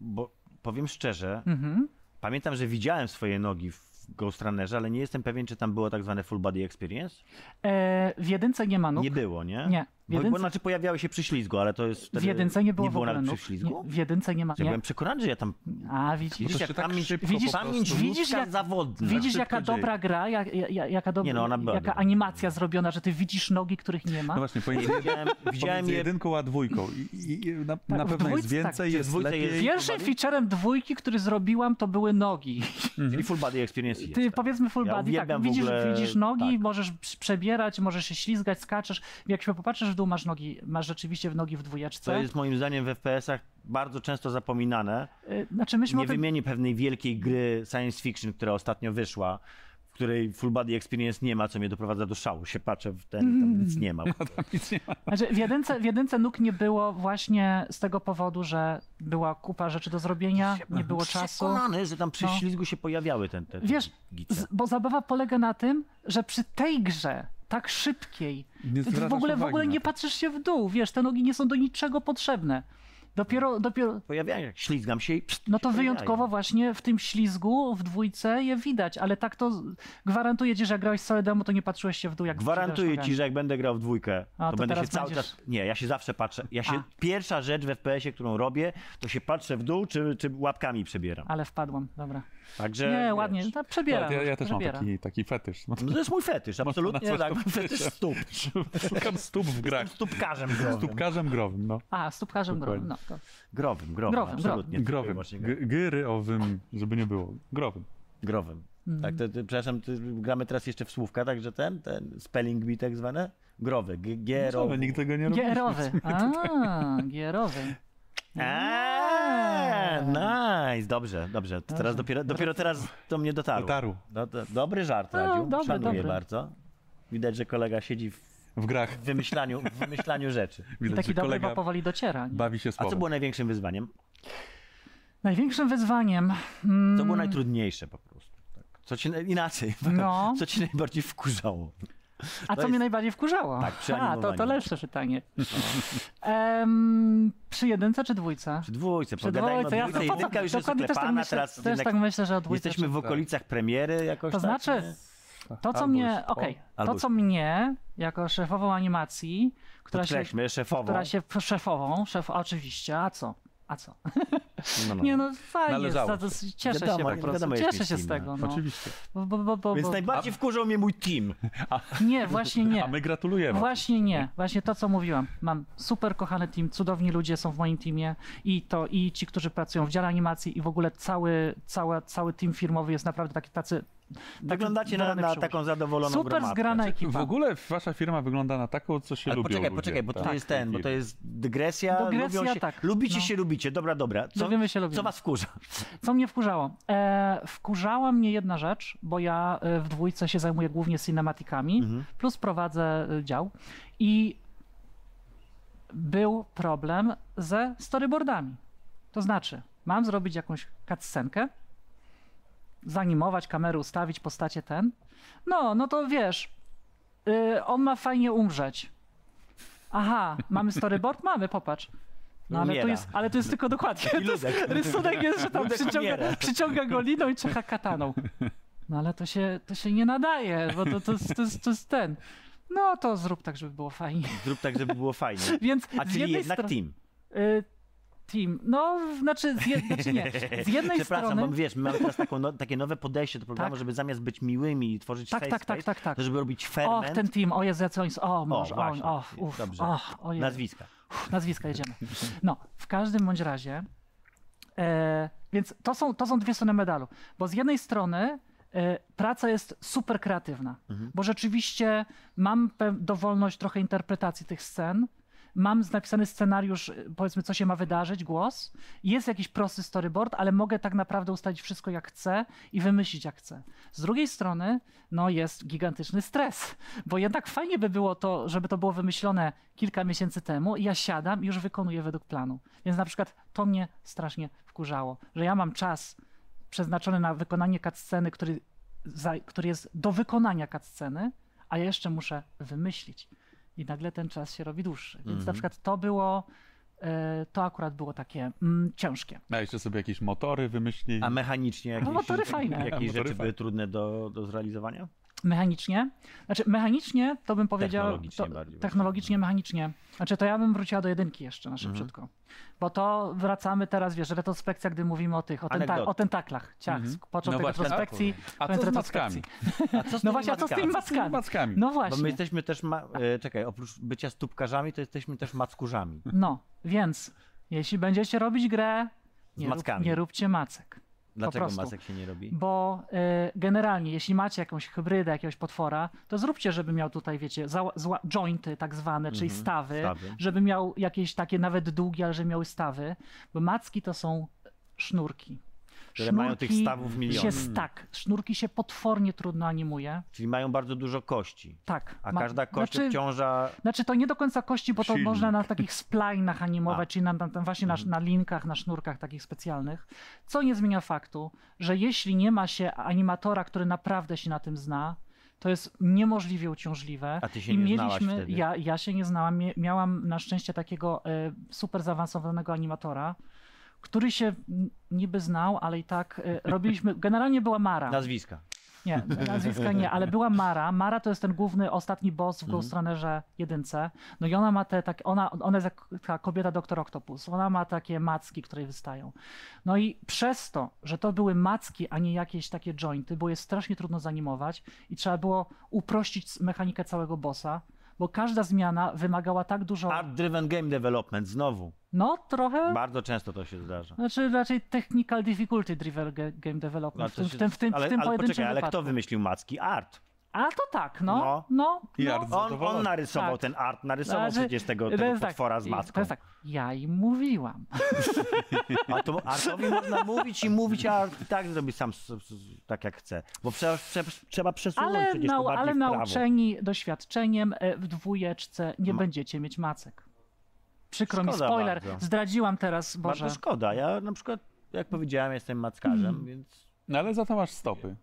[SPEAKER 1] bo powiem szczerze,
[SPEAKER 3] Mhm.
[SPEAKER 1] pamiętam, że widziałem swoje nogi w Ghost Runnerze, ale nie jestem pewien, czy tam było tak zwane full body experience.
[SPEAKER 3] E, w jedynce nie ma nóg.
[SPEAKER 1] Nie było, nie?
[SPEAKER 3] Nie. W
[SPEAKER 1] Bo, bo
[SPEAKER 3] jedynce,
[SPEAKER 1] znaczy pojawiały się przy ślizgu, ale to jest wtedy...
[SPEAKER 3] w jedynce nie było
[SPEAKER 1] nie
[SPEAKER 3] w
[SPEAKER 1] było
[SPEAKER 3] ogóle
[SPEAKER 1] nawet
[SPEAKER 3] nóg.
[SPEAKER 1] przy ślizgu?
[SPEAKER 3] Nie, w jedynce nie ma.
[SPEAKER 1] Ja
[SPEAKER 3] Nie.
[SPEAKER 1] byłem przekonany, że ja tam...
[SPEAKER 3] A, widzisz.
[SPEAKER 1] Widzisz,
[SPEAKER 2] się
[SPEAKER 1] jak
[SPEAKER 2] tak
[SPEAKER 1] pamięć,
[SPEAKER 2] szybko
[SPEAKER 3] widzisz-
[SPEAKER 1] widzisz, pamięć
[SPEAKER 3] widzisz,
[SPEAKER 1] widzisz,
[SPEAKER 3] jak-
[SPEAKER 1] jak, zawodna.
[SPEAKER 3] Widzisz,
[SPEAKER 2] szybko
[SPEAKER 3] jaka
[SPEAKER 2] dzieje.
[SPEAKER 3] dobra gra, jak, ja- jaka, dobra,
[SPEAKER 1] Nie, no, ona była
[SPEAKER 3] jaka
[SPEAKER 1] dobra.
[SPEAKER 3] animacja zrobiona, że ty widzisz nogi, których nie ma.
[SPEAKER 2] No właśnie,
[SPEAKER 1] [LAUGHS]
[SPEAKER 2] pomiędzy,
[SPEAKER 3] [LAUGHS]
[SPEAKER 1] Widziałem, widziałem
[SPEAKER 2] pomiędzy
[SPEAKER 1] je...
[SPEAKER 2] jedynką a dwójką. I, i, i na, na
[SPEAKER 3] w
[SPEAKER 2] pewno jest
[SPEAKER 3] dwójce tak,
[SPEAKER 2] więcej,
[SPEAKER 1] czy w
[SPEAKER 2] jest
[SPEAKER 1] dwójce
[SPEAKER 2] lepiej.
[SPEAKER 1] jest-
[SPEAKER 3] Pierwszym
[SPEAKER 1] Full body?
[SPEAKER 3] featurem dwójki, który zrobiłam, to były nogi.
[SPEAKER 1] Czyli full body experience jest,
[SPEAKER 3] Mhm. Ty
[SPEAKER 1] tak.
[SPEAKER 3] powiedzmy full
[SPEAKER 1] Ja
[SPEAKER 3] body, tak.
[SPEAKER 1] uwielbiam w
[SPEAKER 3] Widzisz,
[SPEAKER 1] ogóle-
[SPEAKER 3] widzisz nogi,
[SPEAKER 1] tak.
[SPEAKER 3] możesz przy- przebierać, możesz się ślizgać, skaczesz. Jak się popatrzysz w dół, masz nogi, masz rzeczywiście w nogi w
[SPEAKER 1] Co
[SPEAKER 3] dwójeczce.
[SPEAKER 1] jest moim zdaniem w FPS-ach bardzo często zapominane.
[SPEAKER 3] Y, Znaczy myśmy o
[SPEAKER 1] Nie
[SPEAKER 3] tym...
[SPEAKER 1] wymieni pewnej wielkiej gry science fiction, która ostatnio wyszła, w której full body experience nie ma, co mnie doprowadza do szału. Się patrzę w ten, tam
[SPEAKER 3] Mm.
[SPEAKER 1] nic nie ma.
[SPEAKER 2] Nic nie ma.
[SPEAKER 3] Znaczy, w, jedynce, w jedynce nóg nie było właśnie z tego powodu, że była kupa rzeczy do zrobienia, nie [LAUGHS] było czasu.
[SPEAKER 1] Przekonany, że tam przy
[SPEAKER 3] No.
[SPEAKER 1] ślizgu się pojawiały ten, ten, ten
[SPEAKER 3] Wiesz,
[SPEAKER 1] gice.
[SPEAKER 3] Z, bo zabawa polega na tym, że przy tej grze, tak szybkiej,
[SPEAKER 2] Nie
[SPEAKER 3] ty w
[SPEAKER 2] zwracasz
[SPEAKER 3] ogóle, w
[SPEAKER 2] uwagi
[SPEAKER 3] ogóle
[SPEAKER 2] na
[SPEAKER 3] nie
[SPEAKER 2] to.
[SPEAKER 3] patrzysz się w dół, wiesz, te nogi nie są do niczego potrzebne. Dopiero, dopiero,
[SPEAKER 1] Pojawiają, jak ślizgam się i pst,
[SPEAKER 3] No to
[SPEAKER 1] się
[SPEAKER 3] wyjątkowo
[SPEAKER 1] pojawiają.
[SPEAKER 3] właśnie w tym ślizgu, w dwójce je widać, ale tak to z- gwarantuję ci, że jak grałeś całe demo, to nie patrzyłeś się w dół, jak
[SPEAKER 1] Gwarantuję
[SPEAKER 3] przybierasz
[SPEAKER 1] ci, że jak będę grał w dwójkę,
[SPEAKER 3] A,
[SPEAKER 1] to,
[SPEAKER 3] to
[SPEAKER 1] będę się
[SPEAKER 3] teraz
[SPEAKER 1] cały
[SPEAKER 3] będziesz-
[SPEAKER 1] czas... Nie, ja się zawsze patrzę. Ja się...
[SPEAKER 3] A.
[SPEAKER 1] Pierwsza rzecz w FPS-ie, którą robię, to się patrzę w dół, czy, czy łapkami przebieram.
[SPEAKER 3] nogami. Ale wpadłam, dobra.
[SPEAKER 1] Także,
[SPEAKER 3] Nie,
[SPEAKER 1] wiesz, Tak,
[SPEAKER 3] ładnie, no, przebieram.
[SPEAKER 2] Ja, ja też mam
[SPEAKER 3] przebieram.
[SPEAKER 2] taki, taki fetysz. [LAUGHS] No,
[SPEAKER 1] No to jest mój fetysz, absolutnie
[SPEAKER 2] nazwać
[SPEAKER 1] tak.
[SPEAKER 2] to
[SPEAKER 1] Mój fetysz
[SPEAKER 2] fetyszem.
[SPEAKER 1] stóp.
[SPEAKER 2] Szukam stóp w grach.
[SPEAKER 1] Stópkarzem growym.
[SPEAKER 2] Stópkarzem growym, no.
[SPEAKER 3] A, stópkarzem growym, no
[SPEAKER 2] Dokładnie.
[SPEAKER 3] to.
[SPEAKER 1] Growym, growym,
[SPEAKER 3] Growym,
[SPEAKER 1] absolutnie. Tylko i
[SPEAKER 2] Growym.
[SPEAKER 1] wyłącznie growym.
[SPEAKER 2] G- Gyryowym, żeby nie było. Growym.
[SPEAKER 1] growym.
[SPEAKER 3] Mhm.
[SPEAKER 1] Tak, to, to, przepraszam, to gramy teraz jeszcze w słówka, także ten, ten spelling bee tak zwany? Growy, g-
[SPEAKER 2] Co,
[SPEAKER 1] gierowy.
[SPEAKER 2] Ale nikt tego nie robi.
[SPEAKER 1] [LAUGHS]
[SPEAKER 3] Gierowy, a, gierowy.
[SPEAKER 1] Eee, nice, dobrze, dobrze. To
[SPEAKER 3] Dobrze.
[SPEAKER 1] Teraz dopiero, dopiero teraz do mnie dotarło.
[SPEAKER 2] Dotarł.
[SPEAKER 1] No, to, dobry żart,
[SPEAKER 3] No,
[SPEAKER 1] Radziu.
[SPEAKER 3] dobry,
[SPEAKER 1] Szanuję
[SPEAKER 3] dobry.
[SPEAKER 1] bardzo. Widać, że kolega siedzi w
[SPEAKER 2] W grach.
[SPEAKER 1] wymyślaniu, w wymyślaniu rzeczy.
[SPEAKER 3] I
[SPEAKER 2] Widać,
[SPEAKER 3] taki
[SPEAKER 2] że
[SPEAKER 3] dobry,
[SPEAKER 2] kolega
[SPEAKER 3] bo powoli dociera. Nie?
[SPEAKER 2] bawi się
[SPEAKER 1] A co
[SPEAKER 2] słowem.
[SPEAKER 1] było największym wyzwaniem?
[SPEAKER 3] Największym wyzwaniem...
[SPEAKER 1] Co
[SPEAKER 3] Mm,
[SPEAKER 1] było najtrudniejsze po prostu? Tak. Co ci na- inaczej? [LAUGHS]
[SPEAKER 3] No.
[SPEAKER 1] Co ci najbardziej wkurzało?
[SPEAKER 3] A co
[SPEAKER 1] jest-
[SPEAKER 3] mnie najbardziej wkurzało?
[SPEAKER 1] Tak, przy
[SPEAKER 3] [LAUGHS] A, to, to
[SPEAKER 1] animowaniu.
[SPEAKER 3] lepsze
[SPEAKER 1] [LAUGHS]
[SPEAKER 3] pytanie. Em, przy jedynce czy dwójce?
[SPEAKER 1] Przy dwójce,
[SPEAKER 3] Przy
[SPEAKER 1] pogadajmy
[SPEAKER 3] dwójce,
[SPEAKER 1] o
[SPEAKER 3] jasne.
[SPEAKER 1] dwójce.
[SPEAKER 3] Po-
[SPEAKER 1] Jedynka już jest
[SPEAKER 3] dokładnie też tak
[SPEAKER 1] oklepana,
[SPEAKER 3] myślę-
[SPEAKER 1] teraz
[SPEAKER 3] Też
[SPEAKER 1] jednak
[SPEAKER 3] tak myślę, że o dwójce
[SPEAKER 1] Jesteśmy w
[SPEAKER 2] tak.
[SPEAKER 1] okolicach premiery jakoś
[SPEAKER 3] To
[SPEAKER 1] tak,
[SPEAKER 3] znaczy,
[SPEAKER 1] nie?
[SPEAKER 3] To, co
[SPEAKER 2] Albo
[SPEAKER 3] mnie,
[SPEAKER 2] już po-
[SPEAKER 3] okej,
[SPEAKER 1] albo
[SPEAKER 3] to,
[SPEAKER 1] już
[SPEAKER 3] co mnie, jako szefową animacji, która się,
[SPEAKER 1] Podkreślmy, szefową.
[SPEAKER 3] która się szefową, szef, oczywiście, a co? A co?
[SPEAKER 1] No, no.
[SPEAKER 3] [LAUGHS] Nie no, fajnie,
[SPEAKER 2] Należało
[SPEAKER 3] za- za- cieszę
[SPEAKER 1] Wiadomo,
[SPEAKER 3] się po
[SPEAKER 1] wiadomo,
[SPEAKER 3] prostu,
[SPEAKER 1] jest
[SPEAKER 3] cieszę się z
[SPEAKER 1] mieć inne.
[SPEAKER 3] tego, no.
[SPEAKER 2] Oczywiście.
[SPEAKER 3] Bo, bo, bo, bo,
[SPEAKER 1] Więc
[SPEAKER 3] bo.
[SPEAKER 1] najbardziej wkurzał mnie mój team. [LAUGHS]
[SPEAKER 3] Nie, właśnie
[SPEAKER 2] A
[SPEAKER 3] nie,
[SPEAKER 2] my gratulujemy.
[SPEAKER 3] właśnie nie, właśnie to, co mówiłam. Mam super kochany team, cudowni ludzie są w moim teamie i to, i ci, którzy pracują w dziale animacji i w ogóle cały, cały, cały team firmowy jest naprawdę taki, tacy...
[SPEAKER 1] Wyglądacie na,
[SPEAKER 3] dodany
[SPEAKER 1] na
[SPEAKER 3] przyłóż.
[SPEAKER 1] taką zadowoloną
[SPEAKER 3] Super
[SPEAKER 1] gromadkę.
[SPEAKER 3] zgrana ekipa.
[SPEAKER 2] W ogóle wasza firma wygląda na taką, co się
[SPEAKER 1] Ale
[SPEAKER 2] lubią
[SPEAKER 1] poczekaj,
[SPEAKER 2] ludzie.
[SPEAKER 1] poczekaj, bo to
[SPEAKER 2] Tak.
[SPEAKER 1] jest ten, bo to jest dygresja.
[SPEAKER 3] Dygresja,
[SPEAKER 1] lubią się,
[SPEAKER 3] tak.
[SPEAKER 1] Lubicie
[SPEAKER 3] No.
[SPEAKER 1] się, lubicie, dobra, dobra. Co,
[SPEAKER 3] Lubimy się, lubimy.
[SPEAKER 1] co was wkurza? [LAUGHS]
[SPEAKER 3] Co mnie wkurzało? E, wkurzała mnie jedna rzecz, bo ja e, w dwójce się zajmuję głównie cinematikami,
[SPEAKER 1] Mhm.
[SPEAKER 3] plus prowadzę e, dział i był problem ze storyboardami. To znaczy, mam zrobić jakąś cutscenkę, zanimować kamerę, ustawić postacie ten. No, no to wiesz, y, on ma fajnie umrzeć. Aha, mamy storyboard? Mamy, popatrz. No ale tu,
[SPEAKER 1] Umiera.
[SPEAKER 3] jest, ale tu jest tylko dokładnie.
[SPEAKER 1] [LAUGHS] I
[SPEAKER 3] To jest,
[SPEAKER 1] ludek.
[SPEAKER 3] rysunek jest,
[SPEAKER 1] [LAUGHS]
[SPEAKER 3] że tam
[SPEAKER 1] Ludek
[SPEAKER 3] przyciąga,
[SPEAKER 1] umiera.
[SPEAKER 3] przyciąga go liną i czecha kataną. No ale to się, to się nie nadaje, bo to, to, jest- to, jest- to jest ten. No to zrób tak, żeby było fajnie. [LAUGHS]
[SPEAKER 1] Zrób tak, żeby było fajnie.
[SPEAKER 3] Więc
[SPEAKER 1] A
[SPEAKER 3] z
[SPEAKER 1] czyli
[SPEAKER 3] jednej
[SPEAKER 1] jednak
[SPEAKER 3] strony.
[SPEAKER 1] team.
[SPEAKER 3] Team. No, znaczy, z jed... znaczy nie. Z jednej
[SPEAKER 1] [LAUGHS] Przepraszam,
[SPEAKER 3] strony...
[SPEAKER 1] bo wiesz, my mamy teraz taką, no, takie nowe podejście do programu,
[SPEAKER 3] Tak.
[SPEAKER 1] żeby zamiast być miłymi i tworzyć
[SPEAKER 3] Tak,
[SPEAKER 1] face
[SPEAKER 3] tak, tak,
[SPEAKER 1] space,
[SPEAKER 3] tak, tak.
[SPEAKER 1] to żeby robić
[SPEAKER 3] Och,
[SPEAKER 1] ferment,
[SPEAKER 3] ten team, o Jezu, jacy oni są. O, może, o,
[SPEAKER 1] właśnie.
[SPEAKER 3] o, uff,
[SPEAKER 1] Dobrze.
[SPEAKER 3] o, o Jezu.
[SPEAKER 1] nazwiska.
[SPEAKER 3] Uff, nazwiska jedziemy. No, w każdym bądź razie. E, więc to są, to są dwie strony medalu. Bo z jednej strony e, praca jest super kreatywna, bo rzeczywiście mam pe- dowolność trochę interpretacji tych scen. Mam napisany scenariusz, e, powiedzmy, co się ma wydarzyć, głos. Jest jakiś prosty storyboard, ale mogę tak naprawdę ustalić wszystko jak chcę i wymyślić jak chcę. Z drugiej strony, no jest gigantyczny stres, bo jednak fajnie by było to, żeby to było wymyślone kilka miesięcy temu i ja siadam i już wykonuję według planu. Więc na przykład to mnie strasznie wkurzało, że ja mam czas przeznaczony na wykonanie cutsceny, który, za, który jest do wykonania cutsceny, a ja jeszcze muszę wymyślić. I nagle ten czas się robi dłuższy. Więc na przykład to było, e, to akurat było takie mm, ciężkie.
[SPEAKER 2] A jeszcze sobie jakieś motory No, wymyśli.
[SPEAKER 1] A mechanicznie jakieś,
[SPEAKER 3] motory fajne.
[SPEAKER 1] jakieś
[SPEAKER 2] Motory
[SPEAKER 1] rzeczy
[SPEAKER 2] fajne.
[SPEAKER 1] były trudne do, do
[SPEAKER 3] [LAUGHS]
[SPEAKER 1] zrealizowania?
[SPEAKER 3] Mechanicznie? Znaczy, mechanicznie to bym powiedział.
[SPEAKER 1] Technologicznie
[SPEAKER 3] to,
[SPEAKER 1] bardziej,
[SPEAKER 3] Technologicznie,
[SPEAKER 2] Mhm.
[SPEAKER 3] mechanicznie. Znaczy, to ja bym wróciła do jedynki jeszcze na szybciutko. Bo to wracamy teraz, wiesz, retrospekcja, gdy mówimy o tych, o, tenta-
[SPEAKER 1] Anegdoty.
[SPEAKER 3] o tentaklach. Ciach, początek
[SPEAKER 2] No właśnie,
[SPEAKER 3] retrospekcji.
[SPEAKER 2] A co
[SPEAKER 3] koniec
[SPEAKER 2] z
[SPEAKER 3] retrospekcji.
[SPEAKER 2] mackami?
[SPEAKER 1] A co z
[SPEAKER 3] No
[SPEAKER 1] tymi
[SPEAKER 3] właśnie, a co z tymi
[SPEAKER 1] matkami?
[SPEAKER 2] Z
[SPEAKER 3] mackami?
[SPEAKER 2] mackami.
[SPEAKER 3] No
[SPEAKER 1] Bo
[SPEAKER 3] właśnie.
[SPEAKER 1] my jesteśmy też, ma... e, czekaj, oprócz bycia stópkarzami, to jesteśmy też mackurzami.
[SPEAKER 3] No, więc jeśli będziecie robić grę, nie, rób,
[SPEAKER 1] mackami.
[SPEAKER 3] nie róbcie macek.
[SPEAKER 1] Dlaczego
[SPEAKER 3] prostu.
[SPEAKER 1] masek się nie robi?
[SPEAKER 3] Bo y, generalnie, jeśli macie jakąś hybrydę, jakiegoś potwora, to zróbcie, żeby miał tutaj, wiecie, zała- zła- jointy tak zwane, czyli stawy,
[SPEAKER 1] Mhm. stawy.
[SPEAKER 3] żeby miał jakieś takie nawet długie, ale żeby miały stawy, bo macki to są sznurki.
[SPEAKER 1] Które mają tych stawów miliony.
[SPEAKER 3] Się, tak, sznurki się potwornie trudno animuje.
[SPEAKER 1] Czyli mają bardzo dużo kości.
[SPEAKER 3] Tak.
[SPEAKER 1] A
[SPEAKER 3] ma-
[SPEAKER 1] każda kość
[SPEAKER 3] znaczy,
[SPEAKER 1] obciąża
[SPEAKER 3] znaczy to nie do końca kości, bo to
[SPEAKER 2] Silnik.
[SPEAKER 3] można na takich splinach animować,
[SPEAKER 1] A. Mhm.
[SPEAKER 3] czyli na, na, na właśnie na, na linkach, na sznurkach takich specjalnych, co nie zmienia faktu, że jeśli nie ma się animatora, który naprawdę się na tym zna, to jest niemożliwie uciążliwe.
[SPEAKER 1] A ty się
[SPEAKER 3] I
[SPEAKER 1] nie
[SPEAKER 3] mieliśmy,
[SPEAKER 1] znałaś wtedy?
[SPEAKER 3] Ja, ja się nie znałam, mie- miałam na szczęście takiego e, super zaawansowanego animatora, który się m, niby znał, ale i tak e,
[SPEAKER 1] [LAUGHS]
[SPEAKER 3] robiliśmy, generalnie była
[SPEAKER 1] No
[SPEAKER 3] Mara.
[SPEAKER 1] nazwiska.
[SPEAKER 3] Nie, nazwiska nie, ale była Mara. Mara to jest ten główny, ostatni boss w Ghost
[SPEAKER 1] Mhm.
[SPEAKER 3] Runnerze jedynce. No i ona ma te takie, ona, ona jest jak taka kobieta Doktor Octopus. Ona ma takie macki, które jej wystają. No i przez to, że to były macki, a nie jakieś takie jointy, było je strasznie trudno zanimować i trzeba było uprościć mechanikę całego bossa, bo każda zmiana wymagała tak dużo...
[SPEAKER 1] Art Driven Game Development, znowu.
[SPEAKER 3] No, trochę...
[SPEAKER 1] Bardzo często to się zdarza.
[SPEAKER 3] Znaczy raczej technical difficulty driven ge- game
[SPEAKER 1] No,
[SPEAKER 3] development w
[SPEAKER 1] to
[SPEAKER 3] tym,
[SPEAKER 1] się-
[SPEAKER 3] w tym, w tym, w
[SPEAKER 1] ale,
[SPEAKER 3] tym
[SPEAKER 1] ale
[SPEAKER 3] pojedynczym
[SPEAKER 1] poczekaj, ale
[SPEAKER 3] wypadku.
[SPEAKER 1] kto wymyślił macki? Art.
[SPEAKER 3] A to tak, no, no,
[SPEAKER 1] No.
[SPEAKER 3] no.
[SPEAKER 2] I Jardzo.
[SPEAKER 1] On, on
[SPEAKER 2] Zadowolony.
[SPEAKER 1] narysował
[SPEAKER 3] Tak.
[SPEAKER 1] ten art, narysował
[SPEAKER 3] Znaczy,
[SPEAKER 1] przecież tego,
[SPEAKER 3] to
[SPEAKER 1] tego
[SPEAKER 3] jest tak,
[SPEAKER 1] potwora z maską.
[SPEAKER 3] To jest tak, ja im mówiłam.
[SPEAKER 1] A to Artowi można mówić i mówić, a Art i tak zrobi sam s- s- tak jak chce. Bo prze, prze, trzeba przesunąć
[SPEAKER 3] Ale,
[SPEAKER 1] przecież to
[SPEAKER 3] nau-
[SPEAKER 1] bardziej
[SPEAKER 3] ale
[SPEAKER 1] w prawo.
[SPEAKER 3] nauczeni doświadczeniem e, w dwójeczce nie będziecie mieć macek. Przykro mi,
[SPEAKER 1] Szkoda
[SPEAKER 3] spoiler,
[SPEAKER 1] bardzo.
[SPEAKER 3] zdradziłam teraz, Boże.
[SPEAKER 1] Bardzo szkoda. Ja na przykład, jak powiedziałem, jestem mackarzem, więc...
[SPEAKER 2] No ale za to masz stopy.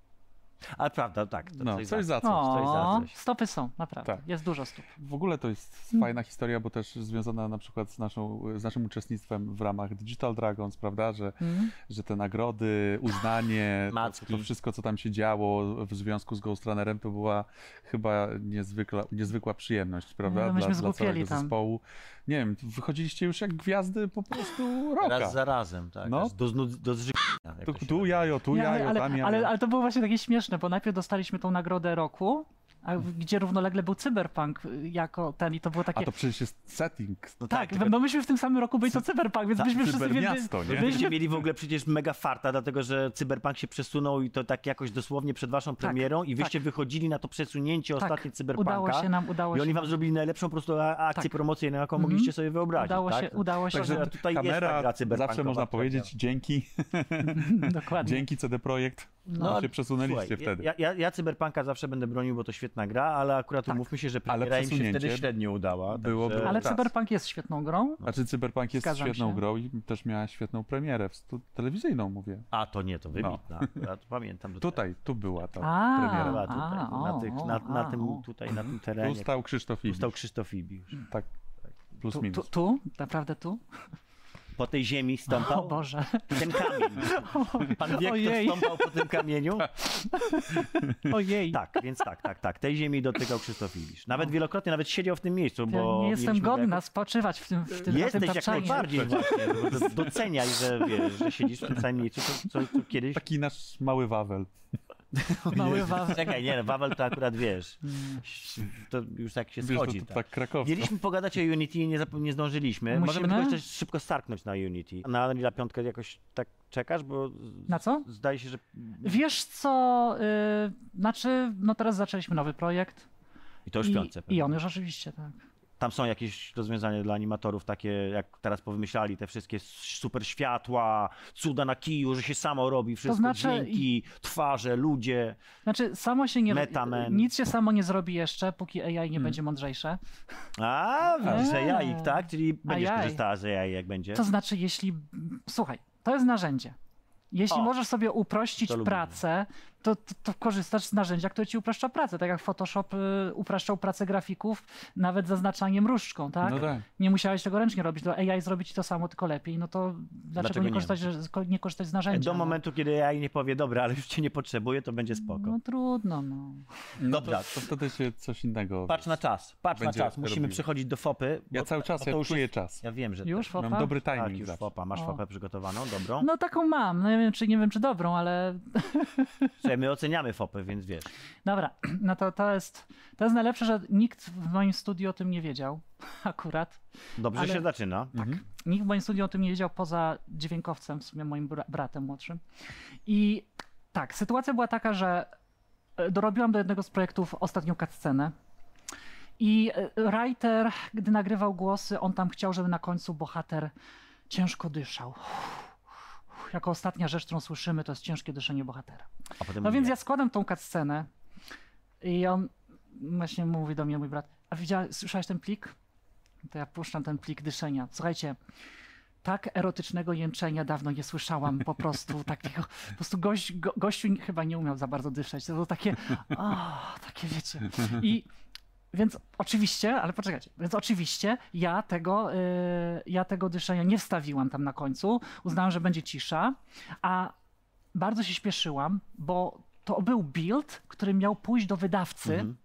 [SPEAKER 1] Ale prawda, tak. To
[SPEAKER 2] No,
[SPEAKER 1] coś
[SPEAKER 2] coś
[SPEAKER 1] za...
[SPEAKER 2] za coś.
[SPEAKER 1] coś
[SPEAKER 3] O,
[SPEAKER 1] za coś.
[SPEAKER 3] stopy są, naprawdę,
[SPEAKER 2] Tak.
[SPEAKER 3] jest dużo stóp.
[SPEAKER 2] W ogóle to jest
[SPEAKER 3] Mm.
[SPEAKER 2] fajna historia, bo też związana na przykład z, naszą, z naszym uczestnictwem w ramach Digital Dragons, prawda? Że,
[SPEAKER 3] Mhm.
[SPEAKER 2] że te nagrody, uznanie, to,
[SPEAKER 1] Macki.
[SPEAKER 2] to wszystko, co tam się działo w związku z Ghost Runnerem, to była chyba niezwykła, niezwykła przyjemność, prawda?
[SPEAKER 3] No, myśmy
[SPEAKER 2] dla, dla
[SPEAKER 3] zgłupieli
[SPEAKER 2] całego
[SPEAKER 3] tam.
[SPEAKER 2] zespołu. Nie wiem, wychodziliście już jak gwiazdy po prostu roka.
[SPEAKER 1] Raz za razem, tak.
[SPEAKER 2] No.
[SPEAKER 1] aż Do, znu- do zrzykienia. jak
[SPEAKER 2] Tu,
[SPEAKER 1] to się
[SPEAKER 2] tu
[SPEAKER 1] mówi.
[SPEAKER 2] jajo, tu
[SPEAKER 3] Nie, ale,
[SPEAKER 2] jajo,
[SPEAKER 3] ale,
[SPEAKER 2] tam jajo.
[SPEAKER 3] ale, ale to było właśnie takie śmieszne, bo najpierw dostaliśmy tą nagrodę roku, a, gdzie równolegle był cyberpunk y, jako ten i to było takie...
[SPEAKER 2] A to przecież jest setting.
[SPEAKER 1] No tak,
[SPEAKER 3] Tak,
[SPEAKER 1] tylko
[SPEAKER 3] bo myśmy w tym samym roku byli co cyberpunk, więc
[SPEAKER 1] Tak,
[SPEAKER 3] myśmy wszyscy wiedzieli...
[SPEAKER 2] Cybermiasto, nie?
[SPEAKER 1] Byście mieli w ogóle przecież mega farta, dlatego że Cyberpunk się przesunął i to tak jakoś dosłownie przed waszą premierą i wyście wychodzili na to przesunięcie
[SPEAKER 3] Tak,
[SPEAKER 1] ostatnie Cyberpunka.
[SPEAKER 3] udało się nam, udało
[SPEAKER 1] I oni
[SPEAKER 3] się
[SPEAKER 1] wam zrobili najlepszą po prostu a- akcję
[SPEAKER 3] Tak.
[SPEAKER 1] promocyjną, jaką mogliście sobie wyobrazić.
[SPEAKER 3] Udało
[SPEAKER 1] tak?
[SPEAKER 3] się, udało się.
[SPEAKER 1] Także
[SPEAKER 3] nam-
[SPEAKER 1] tutaj jest ta
[SPEAKER 2] Kamera,
[SPEAKER 1] gra cyberpunkowa, no.
[SPEAKER 2] zawsze można
[SPEAKER 1] trzecia.
[SPEAKER 2] powiedzieć dzięki,
[SPEAKER 3] [LAUGHS] Dokładnie.
[SPEAKER 2] dzięki CD Projekt,
[SPEAKER 3] No,
[SPEAKER 2] no, się przesunęliście
[SPEAKER 1] Słuchaj,
[SPEAKER 2] wtedy.
[SPEAKER 1] Ja, ja, ja Cyberpunka zawsze będę bronił, bo to świetna gra, ale akurat
[SPEAKER 3] Tak.
[SPEAKER 1] umówmy się, że premiera im się
[SPEAKER 2] przesunięcie
[SPEAKER 1] wtedy średnio udała.
[SPEAKER 2] było-
[SPEAKER 1] także-
[SPEAKER 2] było
[SPEAKER 3] Ale
[SPEAKER 2] Raz.
[SPEAKER 3] Cyberpunk jest świetną grą.
[SPEAKER 2] Znaczy Cyberpunk jest
[SPEAKER 3] Zgadzam
[SPEAKER 2] świetną
[SPEAKER 3] się.
[SPEAKER 2] grą i też miała świetną premierę, w stu- telewizyjną mówię.
[SPEAKER 1] A to nie, to wybitna. Ja to pamiętam. do
[SPEAKER 2] Tutaj, tu była ta
[SPEAKER 3] A.
[SPEAKER 1] teraz.
[SPEAKER 2] premiera.
[SPEAKER 1] Była tutaj,
[SPEAKER 3] A, o,
[SPEAKER 1] na, tych, na,
[SPEAKER 3] o,
[SPEAKER 1] na
[SPEAKER 3] o. Mm.
[SPEAKER 1] tym tutaj, na tym
[SPEAKER 2] Mhm. Tu
[SPEAKER 1] terenie.
[SPEAKER 2] stał Krzysztof Ibisz.
[SPEAKER 1] Ustał Krzysztof Ibisz.
[SPEAKER 2] Tak, plus
[SPEAKER 3] Tu, tu,
[SPEAKER 2] minus.
[SPEAKER 3] tu? Naprawdę tu?
[SPEAKER 1] po tej ziemi stąpał. [LAUGHS]
[SPEAKER 3] O Boże.
[SPEAKER 1] Ten
[SPEAKER 3] [LAUGHS]
[SPEAKER 1] kamień. Pan wie, kto
[SPEAKER 3] Ojej.
[SPEAKER 1] stąpał po tym
[SPEAKER 2] [LAUGHS]
[SPEAKER 1] kamieniu?
[SPEAKER 2] Tak.
[SPEAKER 3] Ojej.
[SPEAKER 1] Tak, więc tak, tak, tak. Tej ziemi dotykał Krzysztof Ilisz. Nawet wielokrotnie, nawet siedział w tym miejscu,
[SPEAKER 3] No. Ja
[SPEAKER 1] bo...
[SPEAKER 3] nie jestem
[SPEAKER 1] mieliśmy
[SPEAKER 3] godna
[SPEAKER 1] jako-
[SPEAKER 3] spoczywać w tym, w tym, na tym
[SPEAKER 1] Jesteś jak
[SPEAKER 3] tapczanie.
[SPEAKER 1] najbardziej właśnie. bo to Doceniaj, że wiesz, że siedzisz w tym samym miejscu, co, co, co kiedyś...
[SPEAKER 2] Taki nasz mały Wawel.
[SPEAKER 3] Tak Mały Wawel. Mm.
[SPEAKER 1] Czekaj, nie, no, Wawel to akurat wiesz. To już tak się
[SPEAKER 2] Wiesz, to,
[SPEAKER 1] schodzi.
[SPEAKER 2] to
[SPEAKER 1] tak.
[SPEAKER 2] tak krakowsko.
[SPEAKER 1] Mieliśmy pogadać o Unity i nie, zap- nie zdążyliśmy.
[SPEAKER 3] Musimy?
[SPEAKER 1] Możemy tylko jeszcze szybko starknąć na Unity. A Na Unreal 5 jakoś tak czekasz, bo z-
[SPEAKER 3] Na co?
[SPEAKER 1] zdaje się, że
[SPEAKER 3] Wiesz co, yy, znaczy, no teraz zaczęliśmy nowy projekt.
[SPEAKER 1] i to już
[SPEAKER 3] i,
[SPEAKER 1] piące.
[SPEAKER 3] I
[SPEAKER 1] pewnie.
[SPEAKER 3] on już oczywiście, tak.
[SPEAKER 1] Tam są jakieś rozwiązania dla animatorów, takie jak teraz powymyślali, te wszystkie s- super światła, cuda na kiju, że się samo robi, wszystko,
[SPEAKER 3] znaczy-
[SPEAKER 1] dźwięki, twarze, ludzie.
[SPEAKER 3] Znaczy, samo się nie...
[SPEAKER 1] Metaman.
[SPEAKER 3] Nic się samo nie zrobi jeszcze, póki AI nie
[SPEAKER 1] Hmm.
[SPEAKER 3] będzie mądrzejsze.
[SPEAKER 1] A, widzisz, że
[SPEAKER 3] Eee.
[SPEAKER 1] jaik, tak? Czyli będziesz
[SPEAKER 3] Ajaj.
[SPEAKER 1] korzystała z AI, jak będzie.
[SPEAKER 3] To znaczy, jeśli. Słuchaj, to jest narzędzie. Jeśli
[SPEAKER 1] O,
[SPEAKER 3] możesz sobie uprościć
[SPEAKER 1] to lubimy.
[SPEAKER 3] pracę, to, to, to korzystasz z narzędzia, które ci upraszcza pracę. Tak jak Photoshop y, upraszczał pracę grafików nawet zaznaczaniem różdżką, tak?
[SPEAKER 2] No tak.
[SPEAKER 3] Nie musiałeś tego ręcznie robić, to AI zrobi ci to samo, tylko lepiej. No to dlaczego,
[SPEAKER 1] Dlaczego
[SPEAKER 3] nie,
[SPEAKER 1] nie?
[SPEAKER 3] korzystać, z- ko- nie korzystać z narzędzia?
[SPEAKER 1] Do
[SPEAKER 3] no?
[SPEAKER 1] momentu, kiedy AI nie powie, dobra, ale już cię nie potrzebuję, to będzie spoko.
[SPEAKER 3] No trudno, no.
[SPEAKER 1] Dobra,
[SPEAKER 2] To wtedy się coś innego.
[SPEAKER 1] patrz na czas, patrz
[SPEAKER 2] Będzie
[SPEAKER 1] na czas. Musimy
[SPEAKER 2] robił.
[SPEAKER 1] przechodzić do fopy.
[SPEAKER 2] Ja
[SPEAKER 1] bo-
[SPEAKER 2] cały
[SPEAKER 1] bo
[SPEAKER 2] czas,
[SPEAKER 1] to
[SPEAKER 2] ja
[SPEAKER 1] już
[SPEAKER 2] czuję
[SPEAKER 1] jest-
[SPEAKER 2] czas.
[SPEAKER 1] Ja wiem, że
[SPEAKER 3] Już
[SPEAKER 1] tak.
[SPEAKER 3] fopa?
[SPEAKER 2] Mam dobry timing.
[SPEAKER 1] Tak, już
[SPEAKER 2] zawsze.
[SPEAKER 1] fopa. Masz
[SPEAKER 3] O.
[SPEAKER 1] fopę przygotowaną, dobrą.
[SPEAKER 3] No taką mam, no ja wiem, czy, nie wiem czy dobrą, ale [CLEARS THROAT]
[SPEAKER 1] Słuchaj, my oceniamy fopę, więc wiesz.
[SPEAKER 3] Dobra, [CLEARS THROAT] no to, to jest. To jest najlepsze, że nikt w moim studiu o tym nie wiedział. [LAUGHS] Akurat.
[SPEAKER 1] Dobrze
[SPEAKER 3] Ale-
[SPEAKER 1] się zaczyna.
[SPEAKER 2] Mhm.
[SPEAKER 3] Nikt w moim studiu o tym nie wiedział poza dźwiękowcem, w sumie moim bra- bratem młodszym. I tak, sytuacja była taka, że e, dorobiłam do jednego z projektów ostatnią cutscenę. I e, writer, gdy nagrywał głosy, on tam chciał, żeby na końcu bohater ciężko dyszał. Jako ostatnia rzecz, którą słyszymy, to jest ciężkie dyszenie bohatera.
[SPEAKER 1] Tak, A potem
[SPEAKER 3] No
[SPEAKER 1] mówię,
[SPEAKER 3] więc ja składam tą cutscenę i on właśnie mówi do mnie mój brat, a widziałeś, słyszałeś ten plik? To ja puszczam ten plik dyszenia. Słuchajcie, tak erotycznego jęczenia dawno nie słyszałam po prostu takiego, po prostu gość, go, gościu nie- chyba nie umiał za bardzo dyszeć. To było takie, o, takie wiecie. I więc oczywiście, ale poczekajcie, więc oczywiście ja tego, y, ja tego dyszenia nie wstawiłam tam na końcu. Uznałam, że będzie cisza, a bardzo się śpieszyłam, bo to był build, który miał pójść do wydawcy.
[SPEAKER 1] Mhm.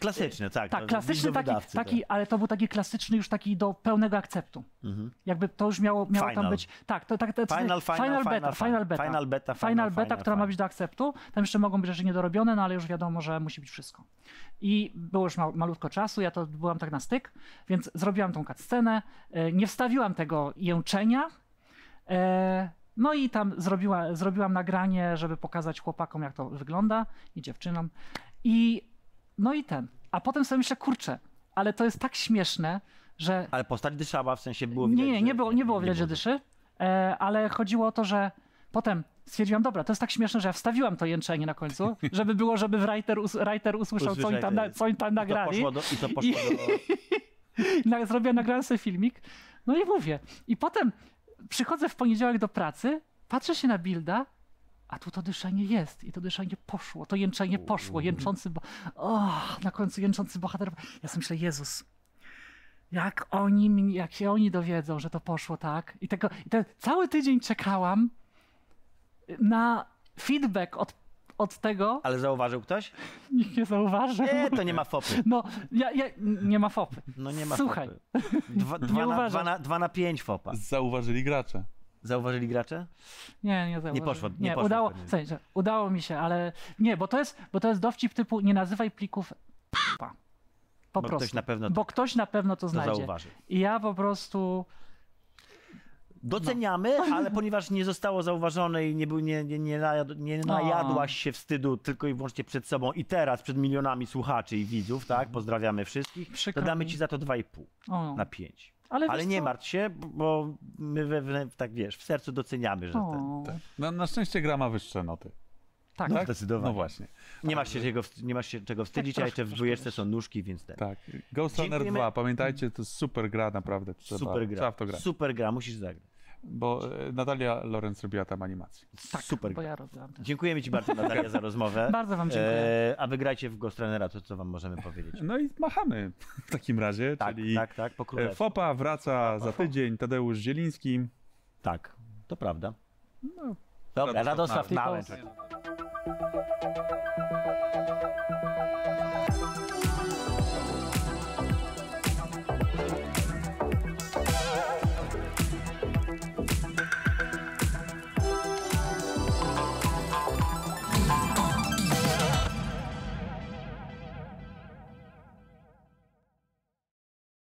[SPEAKER 1] Klasyczny, tak.
[SPEAKER 3] Tak,
[SPEAKER 1] to-
[SPEAKER 3] klasyczny
[SPEAKER 1] do
[SPEAKER 3] taki,
[SPEAKER 1] wydawcy,
[SPEAKER 3] taki ale to był taki klasyczny już taki do pełnego akceptu.
[SPEAKER 1] tak. Mhm.
[SPEAKER 3] Jakby to już miało, miało tam
[SPEAKER 1] Final.
[SPEAKER 3] być. Tak, to, tak, to,
[SPEAKER 1] Final, final, final,
[SPEAKER 3] beta, final beta.
[SPEAKER 1] Final beta,
[SPEAKER 3] Final, beta, która ma być do akceptu. Tam jeszcze mogą być rzeczy niedorobione, no ale już wiadomo, że musi być wszystko. I było już ma, malutko czasu, ja to byłam tak na styk, więc zrobiłam tą cutscenę, e, nie wstawiłam tego jęczenia, e, no i tam zrobiła, zrobiłam nagranie, żeby pokazać chłopakom, jak to wygląda i dziewczynom. I no i ten. A potem sobie myślę, kurczę, ale to jest tak śmieszne, że
[SPEAKER 1] Ale postać dyszała, w sensie było widać,
[SPEAKER 3] nie, nie,
[SPEAKER 1] że-
[SPEAKER 3] nie było, nie było widać, że dyszy, e, ale chodziło o to, że potem stwierdziłam, dobra, to jest tak śmieszne, że ja wstawiłam to jęczenie na
[SPEAKER 1] [LAUGHS]
[SPEAKER 3] końcu, żeby było, żeby writer, us, writer usłyszał, co oni tam, na, co oni tam
[SPEAKER 1] I No to
[SPEAKER 3] nagrali.
[SPEAKER 1] poszło do... I to poszło
[SPEAKER 3] I- [LAUGHS]
[SPEAKER 1] do...
[SPEAKER 3] Na, zrobiłam, nagrałam sobie filmik, no i mówię. I potem przychodzę w poniedziałek do pracy, patrzę się na builda, a tu to dyszenie jest i to dyszenie poszło, to jęczenie poszło,
[SPEAKER 1] Mm.
[SPEAKER 3] jęczący, bo... o, na końcu jęczący bohater. Ja sobie myślę, Jezus, jak oni, mi- jak się oni dowiedzą, że to poszło tak. I, tego, i te, cały tydzień czekałam na feedback od, od tego,
[SPEAKER 1] Ale zauważył ktoś?
[SPEAKER 3] nikt nie zauważył.
[SPEAKER 1] Nie, to nie ma fopy.
[SPEAKER 3] No, ja, ja, nie ma fopy.
[SPEAKER 1] No nie ma
[SPEAKER 3] Słuchaj,
[SPEAKER 1] fopy. Dwa, dwa,
[SPEAKER 3] [LAUGHS] Nie
[SPEAKER 1] na,
[SPEAKER 3] uważam.
[SPEAKER 1] dwa, na, dwa na pięć fopa.
[SPEAKER 2] Zauważyli gracze.
[SPEAKER 1] Zauważyli gracze?
[SPEAKER 3] Nie, nie zauważyłem.
[SPEAKER 1] poszło- nie poszło
[SPEAKER 3] udało,
[SPEAKER 1] pewnie.
[SPEAKER 3] w sensie, udało mi się, ale nie, bo to jest, bo to jest dowcip typu nie nazywaj plików p***a. Po
[SPEAKER 1] Bo
[SPEAKER 3] prostu.
[SPEAKER 1] ktoś na pewno
[SPEAKER 3] bo ktoś na pewno to
[SPEAKER 1] to
[SPEAKER 3] znajdzie.
[SPEAKER 1] zauważy.
[SPEAKER 3] I ja po prostu
[SPEAKER 1] Doceniamy,
[SPEAKER 3] No.
[SPEAKER 1] ale ponieważ nie zostało zauważone i nie, był, nie, nie, nie, najad, nie
[SPEAKER 3] No.
[SPEAKER 1] najadłaś się wstydu tylko i wyłącznie przed sobą i teraz przed milionami słuchaczy i widzów, tak? Pozdrawiamy wszystkich.
[SPEAKER 3] Mhm. Przykro
[SPEAKER 1] To damy
[SPEAKER 3] mi.
[SPEAKER 1] ci za to 2,5
[SPEAKER 3] o,
[SPEAKER 1] na 5.
[SPEAKER 3] ale,
[SPEAKER 1] Ale
[SPEAKER 3] wiesz
[SPEAKER 1] nie
[SPEAKER 3] co?
[SPEAKER 1] martw się, bo my we, we, tak wiesz, w sercu doceniamy, że ten.
[SPEAKER 3] O,
[SPEAKER 2] Tak. Na, na szczęście gra ma wyższe noty.
[SPEAKER 3] tak.
[SPEAKER 1] No
[SPEAKER 2] tak?
[SPEAKER 1] zdecydowanie.
[SPEAKER 2] No właśnie.
[SPEAKER 1] Nie masz się, czego, wst- nie masz się czego wstydzić, a
[SPEAKER 3] troszkę,
[SPEAKER 1] jeszcze w
[SPEAKER 3] troszkę
[SPEAKER 1] dwójeczce
[SPEAKER 3] wiesz.
[SPEAKER 1] są nóżki, więc ten.
[SPEAKER 2] Tak. Ghost Runner
[SPEAKER 1] Dziękujemy.
[SPEAKER 2] 2, pamiętajcie, to jest super gra naprawdę. Trzeba,
[SPEAKER 1] Super
[SPEAKER 2] Trzeba
[SPEAKER 1] gra.
[SPEAKER 2] w to grać.
[SPEAKER 1] Super gra, musisz zagrać.
[SPEAKER 2] Bo e, Natalia Lorenz robiła tam animację.
[SPEAKER 3] tak,
[SPEAKER 1] Super
[SPEAKER 3] Bo
[SPEAKER 1] gra.
[SPEAKER 3] ja robiłam też.
[SPEAKER 1] Dziękujemy ci bardzo Natalia za rozmowę.
[SPEAKER 3] Bardzo wam dziękuję.
[SPEAKER 1] E, a wygrajcie w Ghost Runnera, to co wam możemy powiedzieć.
[SPEAKER 2] No i machamy w takim razie,
[SPEAKER 1] Tak,
[SPEAKER 2] czyli
[SPEAKER 1] tak, tak, po
[SPEAKER 2] e,
[SPEAKER 1] królewsku.
[SPEAKER 2] Fopa wraca za tydzień, Tadeusz Zieliński.
[SPEAKER 1] Tak, to No, prawda.
[SPEAKER 2] No,
[SPEAKER 1] Dobra,
[SPEAKER 2] Radosław
[SPEAKER 1] Radosław
[SPEAKER 2] Nałęcz.
[SPEAKER 1] Nałęcz.
[SPEAKER 3] Tylko-